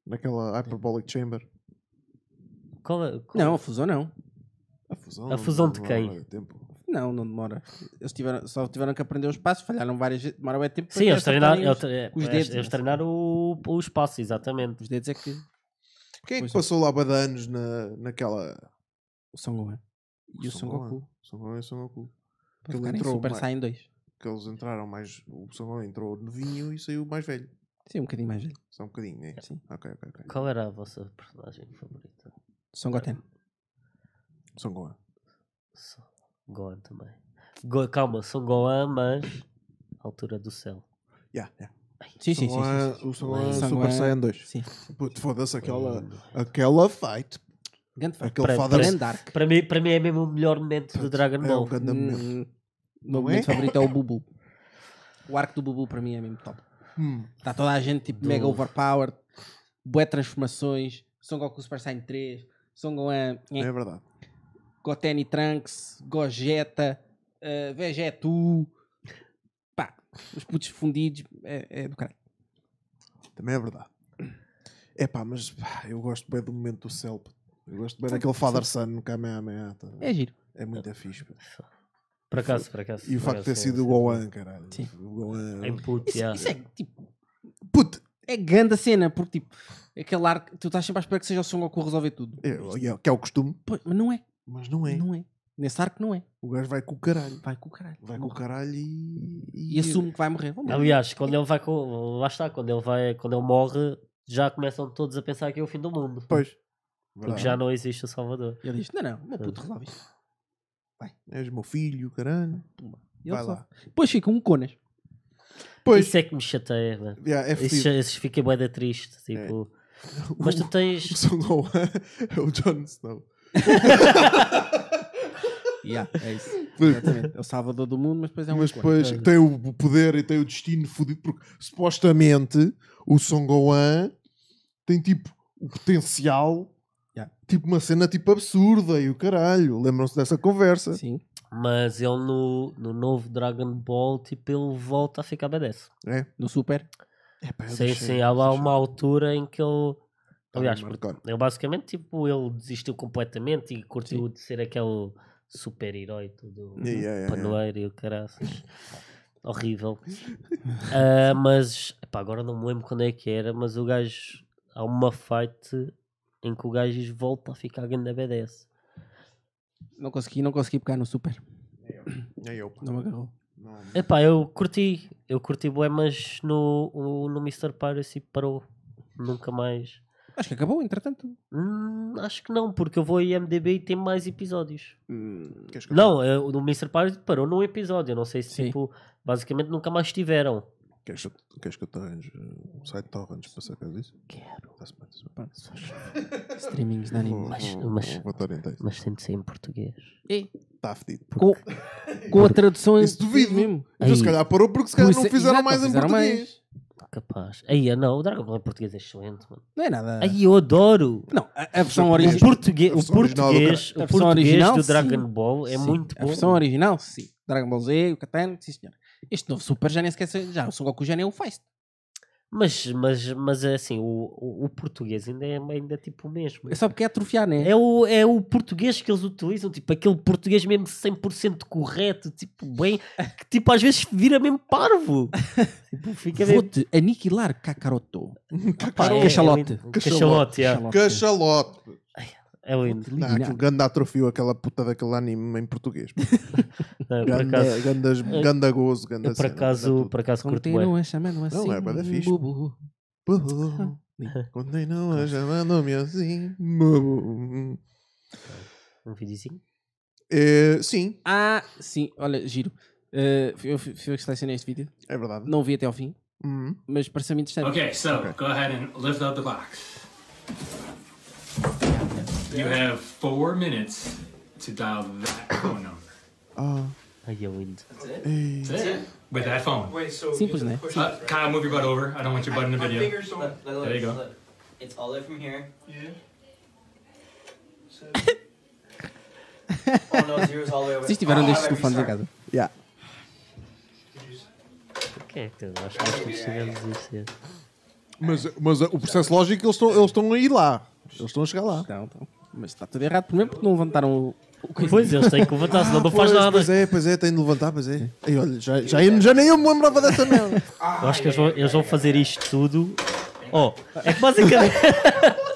naquela Hyperbolic Chamber. Qual é- qual- Não, a fusão não. A fusão, A fusão de demora quem? bué de tempo. Não, não demora. Eles tiveram, só tiveram que aprender os passos, falharam várias vezes, demoram é tempo. Sim, eles treinaram, acertarem eles, os- tre- os eles- dedos, eles né? treinaram o, o espaço, exatamente. Os dedos é que Quem é que Pois é. passou lá bué de anos na, naquela. o Son Gohan e o Son Goku. O Son Gohan e o Son Goku. Para Ele ficarem entrou Super mais- Saiyan 2. Que eles entraram mais. O Son Gohan entrou novinho e saiu mais velho. Sim, um bocadinho mais velho. Só um bocadinho, né? Sim. Ok, ok, ok. Qual era a vossa personagem favorita? Son Goten. Son Gohan. Son Gohan também. Go- calma, Son Gohan, mas altura do céu. Yeah, yeah. Sim, sim, sim. Son Gohan- sim, sim. O Son Gohan Son Super Gohan- Saiyan 2. Sim. Puto, foda-se aquela, aquela fight. Grande fight. Aquele Pra- father. Grande Dark. Para mim, para mim é mesmo o melhor momento do Dragon É um Ball. grande momento. Hum, O meu Não é? momento favorito é o Bubu. O arco do Bubu para mim é mesmo top. Hum. Está toda a gente tipo Do- mega overpowered, bué transformações, Son Goku Super Saiyan 3, Son Gohan, eh, É verdade. Goten e Trunks, Gogeta, eh, Vegetu, pá, os putos fundidos, é, é do caralho. Também é verdade. É pá, mas pá, eu gosto bem do momento do céu. pá. Eu gosto bem daquele Father Son no Kamehameha. tá? É giro. É muito é fixe. pá. Por acaso, por acaso. E o por facto de ter acaso, sido o Gohan, né? caralho. Sim. O Gohan. é- Em puto, Isso, yeah. isso é tipo, Puto! é grande a cena, porque tipo, aquele arco, tu estás sempre à espera que seja o Son Goku a resolver tudo. É, é- que é o costume, Pois, mas não é, mas não é. não é. Nesse arco não é. O gajo vai com o caralho. Vai com o caralho. Vai com o caralho e. E assume que vai morrer. Vamos lá. Aliás, quando ele vai com. Lá está, quando ele vai, quando ele morre, já começam todos a pensar que é o fim do mundo. Pois. porque Verdade. já não existe o Salvador. E ele diz, não, não, meu puto resolve isto. És meu filho, caralho. E ele Vai lá. resolve. Depois fica um conas. Pois. Isso é que me chateia, mano. Yeah, é Isso, fedido. É. isso fica bué da triste. Tipo, mas tu O tens. Son Gohan é o Jon Snow. Yeah, é isso. Pois. Exatamente. É o salvador do mundo, mas depois é um Mas ícone. depois tem o poder e tem o destino fodido, porque supostamente o Son Gohan tem tipo o potencial, Yeah. tipo uma cena tipo absurda e o caralho. Lembram-se dessa conversa? Sim. Mas ele no, no novo Dragon Ball, tipo, ele volta a ficar badass. É, No super. é pá, eu Sim, deixei- sim, há lá deixei. uma altura em que ele. Tá Aliás, bem, porque Marcano. ele basicamente, tipo, ele desistiu completamente e curtiu de ser aquele super-herói todo Yeah, yeah, yeah, panoeiro e o caraças. Horrível. Ah, mas, epá, agora não me lembro quando é que era, mas o gajo. Há uma fight em que o gajo volta a ficar grande BDS. Não consegui, não consegui pegar no super. É eu, pá. Não me agarrou. Não- Epá, eu curti. Eu curti bué, mas no, o- no Mr. Piracy parou. Nunca mais. Acho que acabou, entretanto. Hum, acho que não, porque eu vou ao IMDB e tem mais episódios. Queres que eu- Não, eu- o Mr. Piracy parou num episódio. Eu não sei se, Sim. tipo, basicamente nunca mais tiveram. Queres que eu- queres que eu te arranje um site torrents para sacar disso? Quero. Tá-se bem, tá-se bem. Pá, Streamings de anime. Vou- Mas- vou- mas- vou botar em texto. Mas tem de ser em português. E Tá fedido. com, com a tradução em Isso duvido. mesmo. Então, se Aí. calhar parou porque se calhar não Isso é- fizeram exato, mais em fizeram português. Capaz. Aí, ah, não, o Dragon Ball em português é excelente, mano. Não é nada. Aí, eu adoro. Não, a, a versão O original. português, a o versão original do português, cara. o A versão português original, do sim. Dragon Ball é Sim. muito A bom. versão original, sim. Dragon Ball Z, o Catan, sim senhor. Este novo super já nem sequer. sei- Já, o Son Goku já nem o faz. Mas, mas, mas é assim, o, o, o português ainda é, ainda é tipo o mesmo. É só porque é atrofiar, né? É o, é o português que eles utilizam, tipo, aquele português mesmo 100% correto, tipo, bem, que tipo, às vezes vira mesmo parvo. tipo, fica mesmo... Vou-te aniquilar, Kakaroto. Pá, é- é Cachalote. lindo. Cachalote, yeah. Cachalote. Cachalote. é lindo. Não, aquele ganda atrofio, aquela puta daquele anime em português. pô. Não, por ganda, acaso, gandas- ganda gozo, ganda eu por cena, acaso, por acaso curto bem. Continua chamando assim. é bué da fixe. Bubu. ganda tudo. Continua chamando-me assim. Mu- Um videozinho. É, sim, Ah, sim, olha, giro. Eh, fui- eu fui fui eu que selecionei este vídeo. É verdade. Não o vi até ao fim, mas pareceu-me interessante. Okay, so go ahead and lift up the box. You have four minutes to dial that phone number. Ai, é eu ainda. That's it. With that phone. Wait, so Simples, you né? have to push Uh, this, right? Kyle, move your butt over. I don't want your butt in the My video. fingers don't. There you go. It's all the way from here. Yeah. Oh no, zero's all the way. Vocês tiveram Ah, destes vai telefones em começar. casa? Yeah. Porquê é que eu acho que nós percebemos isso? é? Mas, mas o processo lógico, eles estão, eles estão a ir lá. Eles estão a chegar lá. Então, então. Mas está tudo errado. Primeiro porque não levantaram o. o coisa. Pois, eles têm que levantar, senão não faz Pois, nada. pois é, pois é, tem de levantar, pois é. Ei, olha, já, já, eu- já nem eu me lembrava dessa merda. Eu acho que eles vão, eles vão fazer isto tudo. Oh, é que basicamente.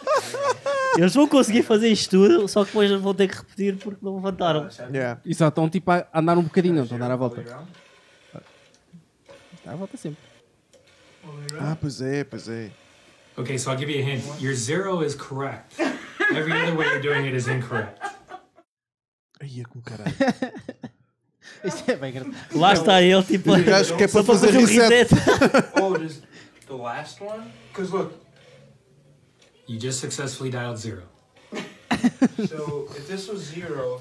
eles vão conseguir fazer isto tudo, só que depois vão ter que repetir porque não levantaram. yeah. E só estão tipo a andar um bocadinho, não estão a dar a volta. Dá a volta sempre. Ah, pois é, pois é. Okay, so I'll give you a hint. Your zero is correct. Every other way you're doing it is incorrect. Aí é com caralho. Isto é bem engraçado. Lá está ele, tipo. O gajo que é só para fazer reset. Oh, does the last one? Because look, You just successfully dialed zero. so if this was zero,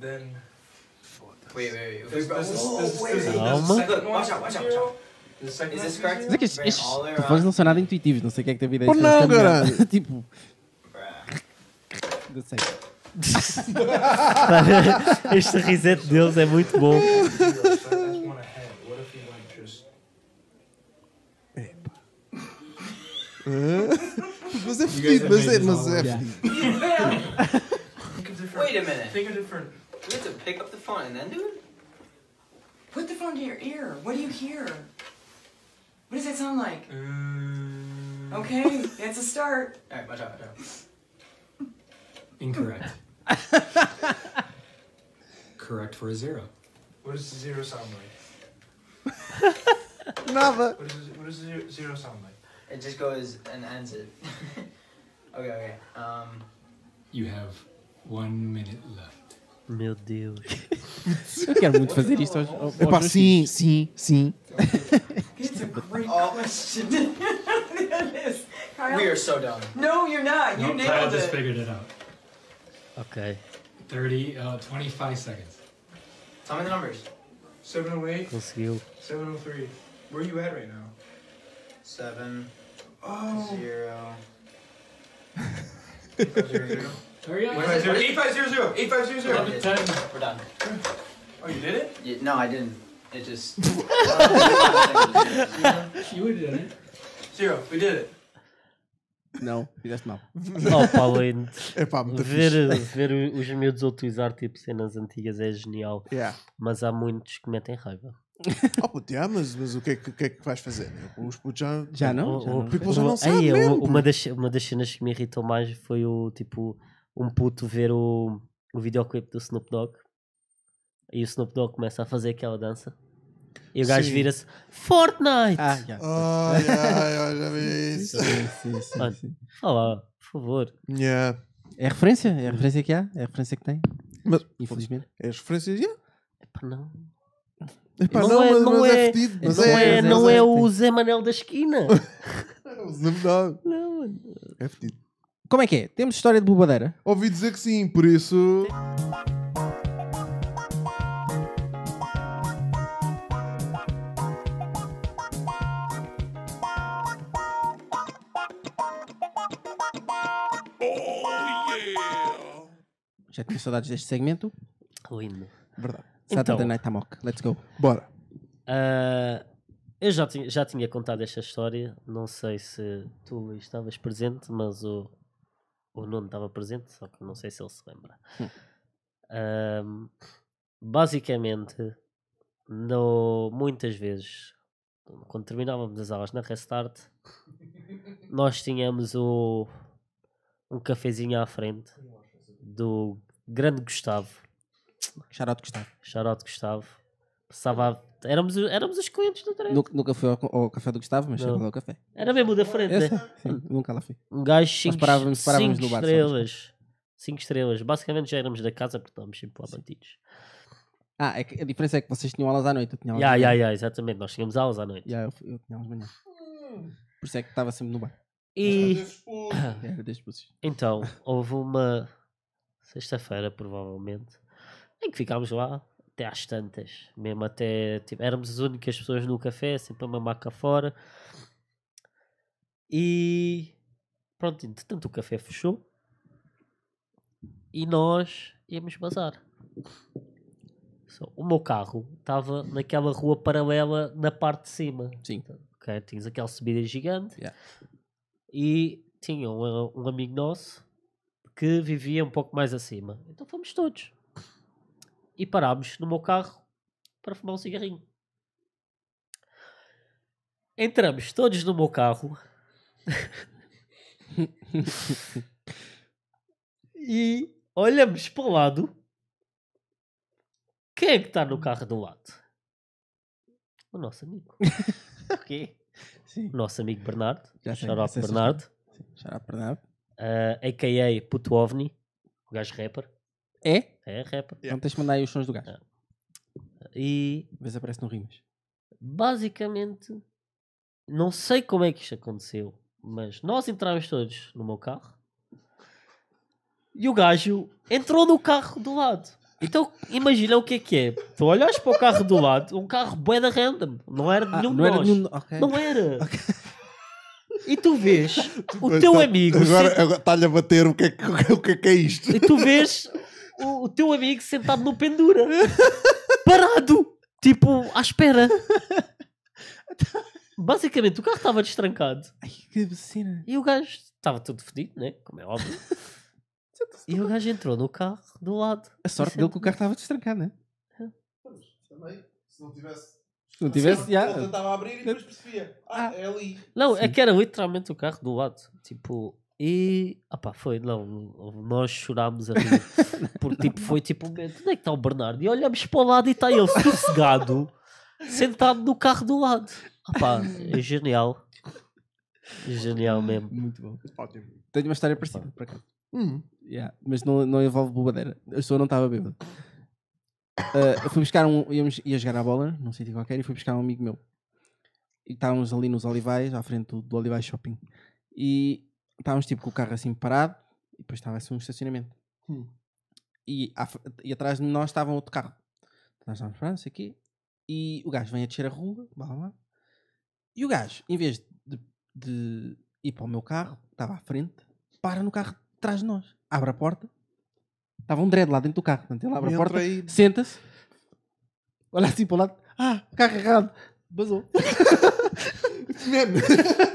then. Wait, wait, wait. This, this is, this is, this is, Calma. the second one. Watch out, watch out, watch out. The second Is one this correct? Mas é que estes, Bem, estes all around. telefones não são nada intuitivos, não sei o que é que teve ideia Pois de fazer não, esta merda. caralho. Tipo. Não sei. Este reset deles é muito bom. Zero, so that's one ahead. What if you like just. Mas é guys fedido, have mas é, made mas this é all Think fedido. of different. Wait a minute. Think of different. We have to pick up the phone and then do it? Put the phone to your ear. What do you hear? What does that sound like? uh, Okay, that's a start. Alright, Mm. watch out, watch out. Incorrect. correct for a zero. What does the zero sound like? Nada. What does, what does the zero- zero sound like? It just goes and ends it. okay, okay. Um, You have one minute left. Meu Deus. Eu quero muito fazer isto aos, aos, É pá, aos sim, sim, sim. It's a great Oh. question. That is- Kyle- we are so dumb. No, you're Ah, not. You Nope, Kyle nailed just it. figured it out. Ok. 30, uh, 25 seconds. Tell me the numbers. 708, Conseguiu. 703. Where are you at right now? Seven, Oh. zero. Hurry up. What is it? 8500, 8500. What is it? Ten. We're done. Oh, you did it? Yeah, no, I didn't. It just. You would have done it. Zero, we did it. bichos. Não, fizeste mal. Oh, Paulo, ainda- É pá, muito fixe. ver, ver os miúdos a utilizar tipo cenas antigas é genial. Yeah. Mas há muitos que metem raiva. Oh, puto, yeah, mas, mas o, que é que, o que é que vais fazer? né? Os putos já. Já não? O- Já o- não. People já não o- sabem ei, mesmo, o- pô. uma, das, uma das cenas que me irritou mais foi o tipo um puto ver o, o videoclipe do Snoop Dogg e o Snoop Dogg começa a fazer aquela dança e o gajo Sim. vira-se Fortnite! Ah, já. Ai, ai, ai, já vi isso. Sim, sim, sim, Olha. sim. Olá, por favor. Yeah. É a referência, é a referência que há, é a referência que tem, Mas infelizmente. é as referências, yeah. Epá, não. Epá, Não não, é- mas, não mas é, é- fedido. Mas não não é, é- não é- é o Zé Manel da esquina. Não, não, é fedido. Como é que é? Temos história de bobadeira? Ouvi dizer que sim, por isso. Já tinha saudades deste segmento. Lindo. Verdade. Saturday Então. Night Amok. Let's go. Bora. Ah, eu já tinha, já tinha contado esta história. Não sei se tu Luís, estavas presente, mas o, o Nuno estava presente, só que não sei se ele se lembra. Ahm, basicamente, no, muitas vezes, quando terminávamos as aulas na Restart, nós tínhamos o, um cafezinho à frente do grande Gustavo. Shout out Gustavo. Charote Gustavo. Passava a- éramos, o- éramos os clientes do trem. Nu- Nunca fui ao, ao café do Gustavo, mas Não. sempre lá ao café. Era mesmo o da frente. Eu sei, né? sim, nunca lá fui. Um gajo 5 é. parávamos- parávamos no bar, só. estrelas. 5 estrelas. Basicamente já éramos da casa porque estávamos sempre lá batidos. Ah, é que a diferença é que vocês tinham aulas à noite, eu tinha aulas Ya, de manhã. ya, ya, exatamente. Nós chegamos aulas à noite. Ya, eu, fui- eu tinha aulas de manhã. Por isso é que estava sempre no bar. E Era desde vocês. então, houve uma sexta-feira, provavelmente, em que ficámos lá até às tantas. Mesmo até. Tipo, éramos as únicas pessoas no café, sempre a mamar cá fora. E. Pronto, entretanto o café fechou. E nós íamos bazar. Só, o meu carro estava naquela rua paralela na parte de cima. Sim. Ok, tinhas aquela subida gigante Yeah. e tinha um, um amigo nosso que vivia um pouco mais acima. Então fomos todos e parámos no meu carro para fumar um cigarrinho. Entramos todos no meu carro e olhamos para o lado. Quem é que está no carro do lado? O nosso amigo. O quê? Sim. O nosso amigo Bernardo. Já sei, Shout já out sei, já sei. Bernardo. Já perdão. Uh, AKA Puto OVNI. O gajo rapper. É? É rapper. Então tens de mandar aí os sons do gajo. E Às vezes aparece no Rimas. basicamente, não sei como é que isto aconteceu, mas nós entramos todos no meu carro e o gajo entrou no carro do lado. Então imagina o que é que é. Tu olhas para o carro do lado, um carro bué da random, não era de Ah, nenhum não de era nós. nenhum. Ok. Não era. E tu vês o Mas teu tá- amigo Agora sent- agora está-lhe a bater o que é que, o que, é, que é isto. e tu vês o, o teu amigo sentado no pendura, parado, tipo, à espera. Basicamente, o carro estava destrancado Ai, que vecina. e o gajo estava todo fedido, né? Como é óbvio. E o gajo entrou no carro do lado. A sorte dele que o carro estava destrancado, né? Também, se não tivesse. Se não tivesse, já. Ele tentava abrir e depois percebia. Ah, é ali. Não, é que era literalmente o carro do lado. Tipo, e. Ah pá, foi. Não, nós chorámos a rir. Porque tipo, foi tipo, onde é que está o Bernardo? E olhamos para o lado e está ele sossegado, sentado no carro do lado. Ah pá, é genial. É Genial mesmo. Muito bom. Ótimo. Tenho uma história parecida, por acaso. Hum. Yeah, mas não, não envolve bobadeira. A pessoa não estava bêbada. Ah, eu fui buscar um. Íamos, ia jogar a bola num sítio qualquer e fui buscar um amigo meu. E estávamos ali nos Olivais, à frente do, do Olivais Shopping. E estávamos tipo com o carro assim parado e depois estava assim um estacionamento. Hum. E, à fr- e atrás de nós estava outro carro. Nós estávamos para não aqui. E o gajo vem a descer a rua, blá blá blá. E o gajo, em vez de, de ir para o meu carro, estava à frente, para no carro de trás de nós. Abre a porta. Estava um dread lá dentro do carro. Portanto, ele abre a Entra porta, aí. senta-se, olha assim para o lado. Ah, carro errado. Basou. Man.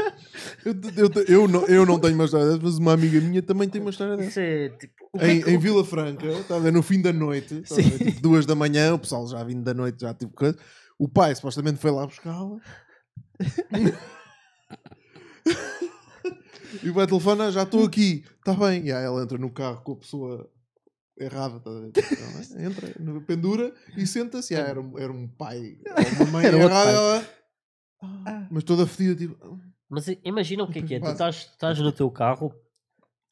eu, eu- eu não, eu não tenho uma história dessas, mas uma amiga minha também tem uma história dessas. Isso é tipo. o que é Em, que- em Vila Franca, tá a ver, no fim da noite, tá a ver, tipo, duas da manhã, o pessoal já vindo da noite, já tipo coisa. O pai supostamente foi lá buscá-la. e vai telefonar, "Ah, já estou aqui, está bem. E aí ela entra no carro com a pessoa errada, tá a ver, tipo, tá bem, entra, no- pendura e senta-se. E aí era, um- era um pai, ou uma mãe Era outro errada, pai. ela- Ah. mas toda fedida, tipo, Mas i- imagina o que é que é. Tu Quase. estás, estás no teu carro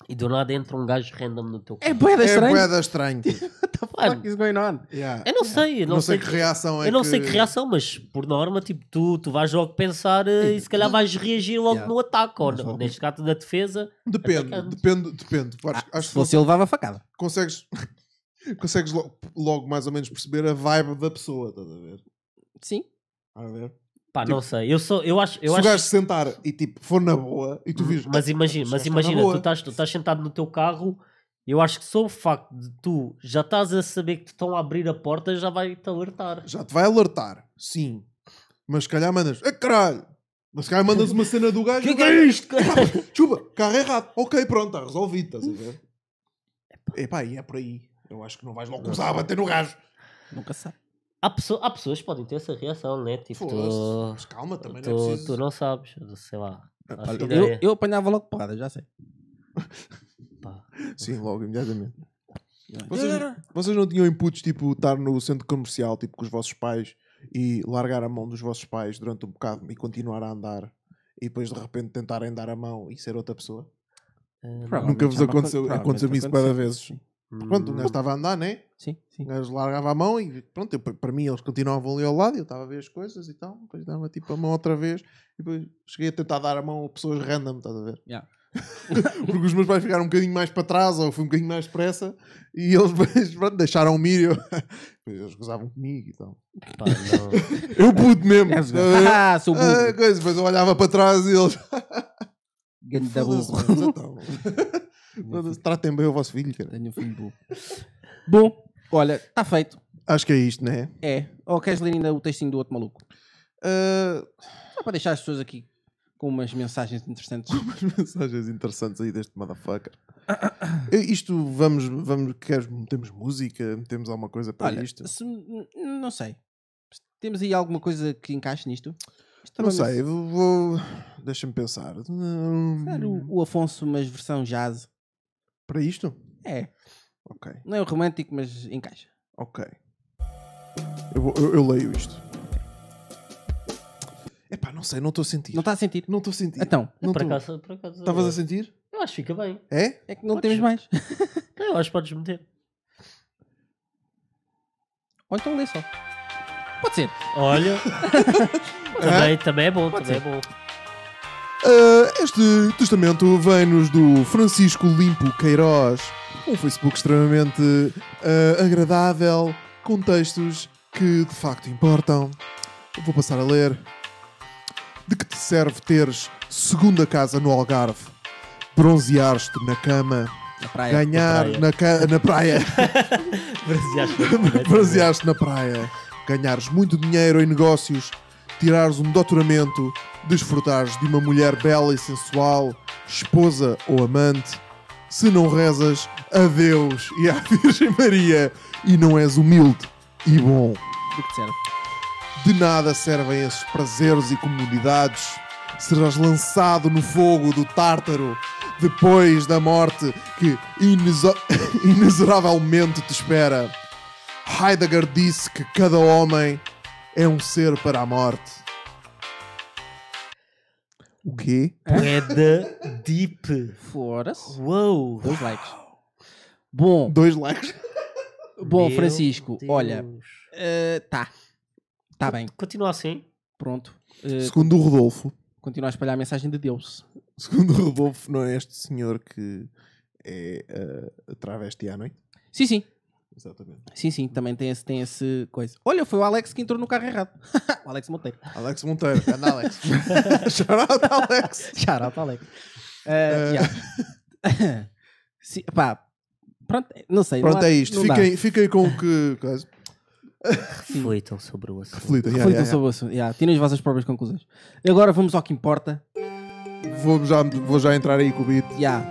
e do nada entra um gajo random no teu É carro. boeda é estranha. boeda estranho. tipo. What the fuck is going on? Yeah. Eu não sei, eu Não, não, sei que reação é Eu não sei que reação, mas por norma, tipo, tu, tu vais logo pensar eh, e se calhar vais reagir logo Yeah. no ataque, ou Mas não, logo. neste caso da defesa. Depende, Atacante. depende, depende. Acho, Ah, acho ah, Se que fosse, ele levava a facada. consegues, consegues lo- logo mais ou menos perceber a vibe da pessoa, estás a ver? Sim. Estás a ver? Pá, não sei. Eu, sou, eu acho. Eu Tipo, Se o acho gajo se sentar e tipo for na boa e tu vires. mas imagina, "Ah, mas este gajo está na imagina tu, tá-, boa." estás, tu estás sentado no teu carro. Eu acho que só o facto de tu já estás a saber que te estão a abrir a porta já vai te alertar. Já te vai alertar, sim. Mas se calhar mandas. É caralho! Mas se calhar mandas uma cena do gajo. e o que gajo- é isto? Chupa, carro errado. Ok, pronto, está resolvido, estás a ver? Epá, e é por aí. Eu acho que não vais logo começar a bater no gajo. Nunca se sabe. Há, pessoa- há pessoas que podem ter essa reação, né? Tipo, Foda-se. tu, Mas calma, também tu, não é tu preciso. não sabes, sei lá. Acho Olha, que eu, é- eu apanhava logo porrada, já sei. pá. Sim, logo, imediatamente. Yeah. Vocês, vocês não tinham inputs tipo estar no centro comercial tipo com os vossos pais e largar a mão dos vossos pais durante um bocado e continuar a andar e depois de repente tentarem dar a mão e ser outra pessoa? Eh, Provavelmente Nunca vos já me aco- aconteceu, provavelmente é aconteceu-me isso aconteceu. Hum. várias vezes. Pronto, o gajo estava a andar, né? assim. Sim, sim. O gajo largava a mão e pronto, eu- para mim eles continuavam ali ao lado e eu estava a ver as coisas e tal. Depois dava tipo a mão outra vez e depois cheguei a tentar dar a mão a pessoas random, estás a ver? Yeah. Porque os meus pais ficaram um bocadinho mais para trás ou fui um bocadinho mais depressa e eles depois, pronto, deixaram-me ir e eu... depois eles gozavam comigo e tal. Pá, não. Eu pude mesmo. Ah, Ah, sou ah, burro. coisa, depois eu olhava para trás e eles... Ganda Foda-se, burro. mano, já tá bom. Foda-se, Tratem bem o vosso filho, cara. Tenho um filho burro. Bom, olha, está feito. Acho que é isto, né? É. Ou queres ler ainda o textinho do outro maluco? Ah, Só para deixar as pessoas aqui com umas mensagens interessantes. umas mensagens interessantes aí deste motherfucker. Eu- isto, vamos, vamos, queres, metemos música, metemos alguma coisa para Olha, isto? se- n- não sei. Temos aí alguma coisa que encaixe nisto? Isto Não é uma- sei, vou, vou- deixa-me pensar. Hum, Claro, o, o Afonso, mas versão jazz. Para isto? É, Ok, não é o romântico, mas encaixa. ok. Eu, vou- eu, eu leio isto. Epá, não sei, não estou a sentir. Não está a sentir? Não estou a sentir. Então, Não Por estou. acaso, por acaso. Estavas a sentir? Eu acho que fica bem. É? é que não Podes- temos mais. Não, eu acho que podes meter. Ou então lê só. Pode ser. Olha. também, também é bom, também é bom. Ah, este testamento vem-nos do Francisco Limpo Queiroz, um Facebook extremamente ah, agradável, com textos que de facto importam. Vou passar a ler. De que te serve teres segunda casa no Algarve? Bronzeares-te na cama, É, Na praia. ganhar praia. na, ca- na praia, Braseaste. bronzeares-te na praia, ganhares muito dinheiro em negócios, tirares um doutoramento, desfrutares de uma mulher bela e sensual, esposa ou amante. Se não rezas a Deus e à Virgem Maria e não és humilde e bom, Do que te serve. de nada servem esses prazeres e comodidades. Serás lançado no fogo do Tártaro depois da morte que ineso- inexoravelmente te espera. Heidegger disse que cada homem é um ser para a morte. O quê? É? Poeda É Deep. Fora-se. Uou. Dois likes. Bom, Dois likes. bom, Meu Francisco, Deus. olha, eh, tá. Tá bem, Continua assim. pronto. Eh, Segundo o Rodolfo, continua a espalhar a mensagem de Deus. segundo o Rodolfo, não é este senhor que é eh, travesti à noite? Sim, sim. Exatamente. Sim, sim, também tem esse, tem esse coisa. Olha, foi o Alex que entrou no carro errado. o Alex Monteiro. Alex Monteiro, grande Alex. Shout out, Alex. Shout Alex. Uh, Eh. yeah. Sim, pá, pronto, não sei. não Pronto, há- é isto. não dá. Fiquem, fiquem com o que. coisa. Reflitam sobre o assunto. Reflitam, yeah, Reflitam yeah, sobre o assunto. Yeah, tirem as vossas próprias conclusões. Agora vamos ao que importa. yeah. Vou, já, vou já entrar aí com o beat. Yeah.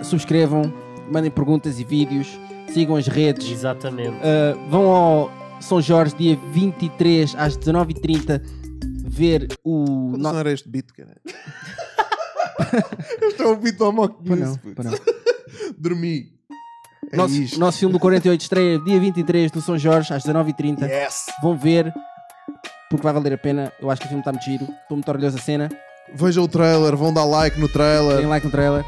Uh, subscrevam, mandem perguntas e vídeos, sigam as redes. Exatamente. Uh, vão ao São Jorge, dia 23 às 19h30, ver o. Quando no- não era este beat, cara. este é o beat do Amok Pô, não, News. puto. pô, não. Dormi. É nosso, isto. nosso filme do 48 estreia dia 23 no São Jorge, às 19h30. Yes. Vão ver, porque vai valer a pena. Eu acho que o filme está muito giro. Estou muito orgulhoso da cena. Vejam o trailer, vão dar like no Deem trailer, like no trailer.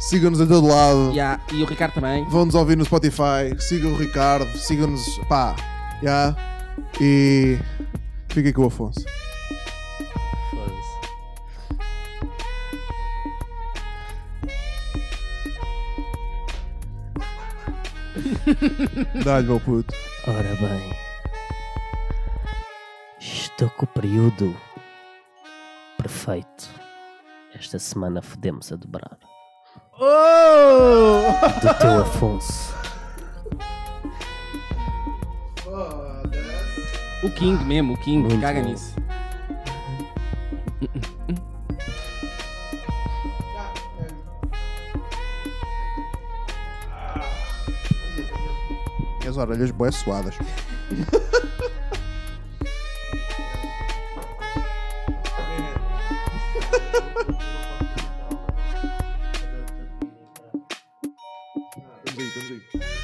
sigam-nos a todo lado, E há- e o Ricardo também. vão-nos ouvir no Spotify, sigam o Ricardo, sigam-nos, pá, já. E fiquem com o Afonso. Foda-se. Dá-lhe, meu puto. Ora bem, estou com o período perfeito. Esta semana fodemos a dobrar. Oh! Do teu Afonso. O King mesmo, o King. Muito Caga bom. nisso. E as orelhas boas suadas. Estamos aí, estamos aí.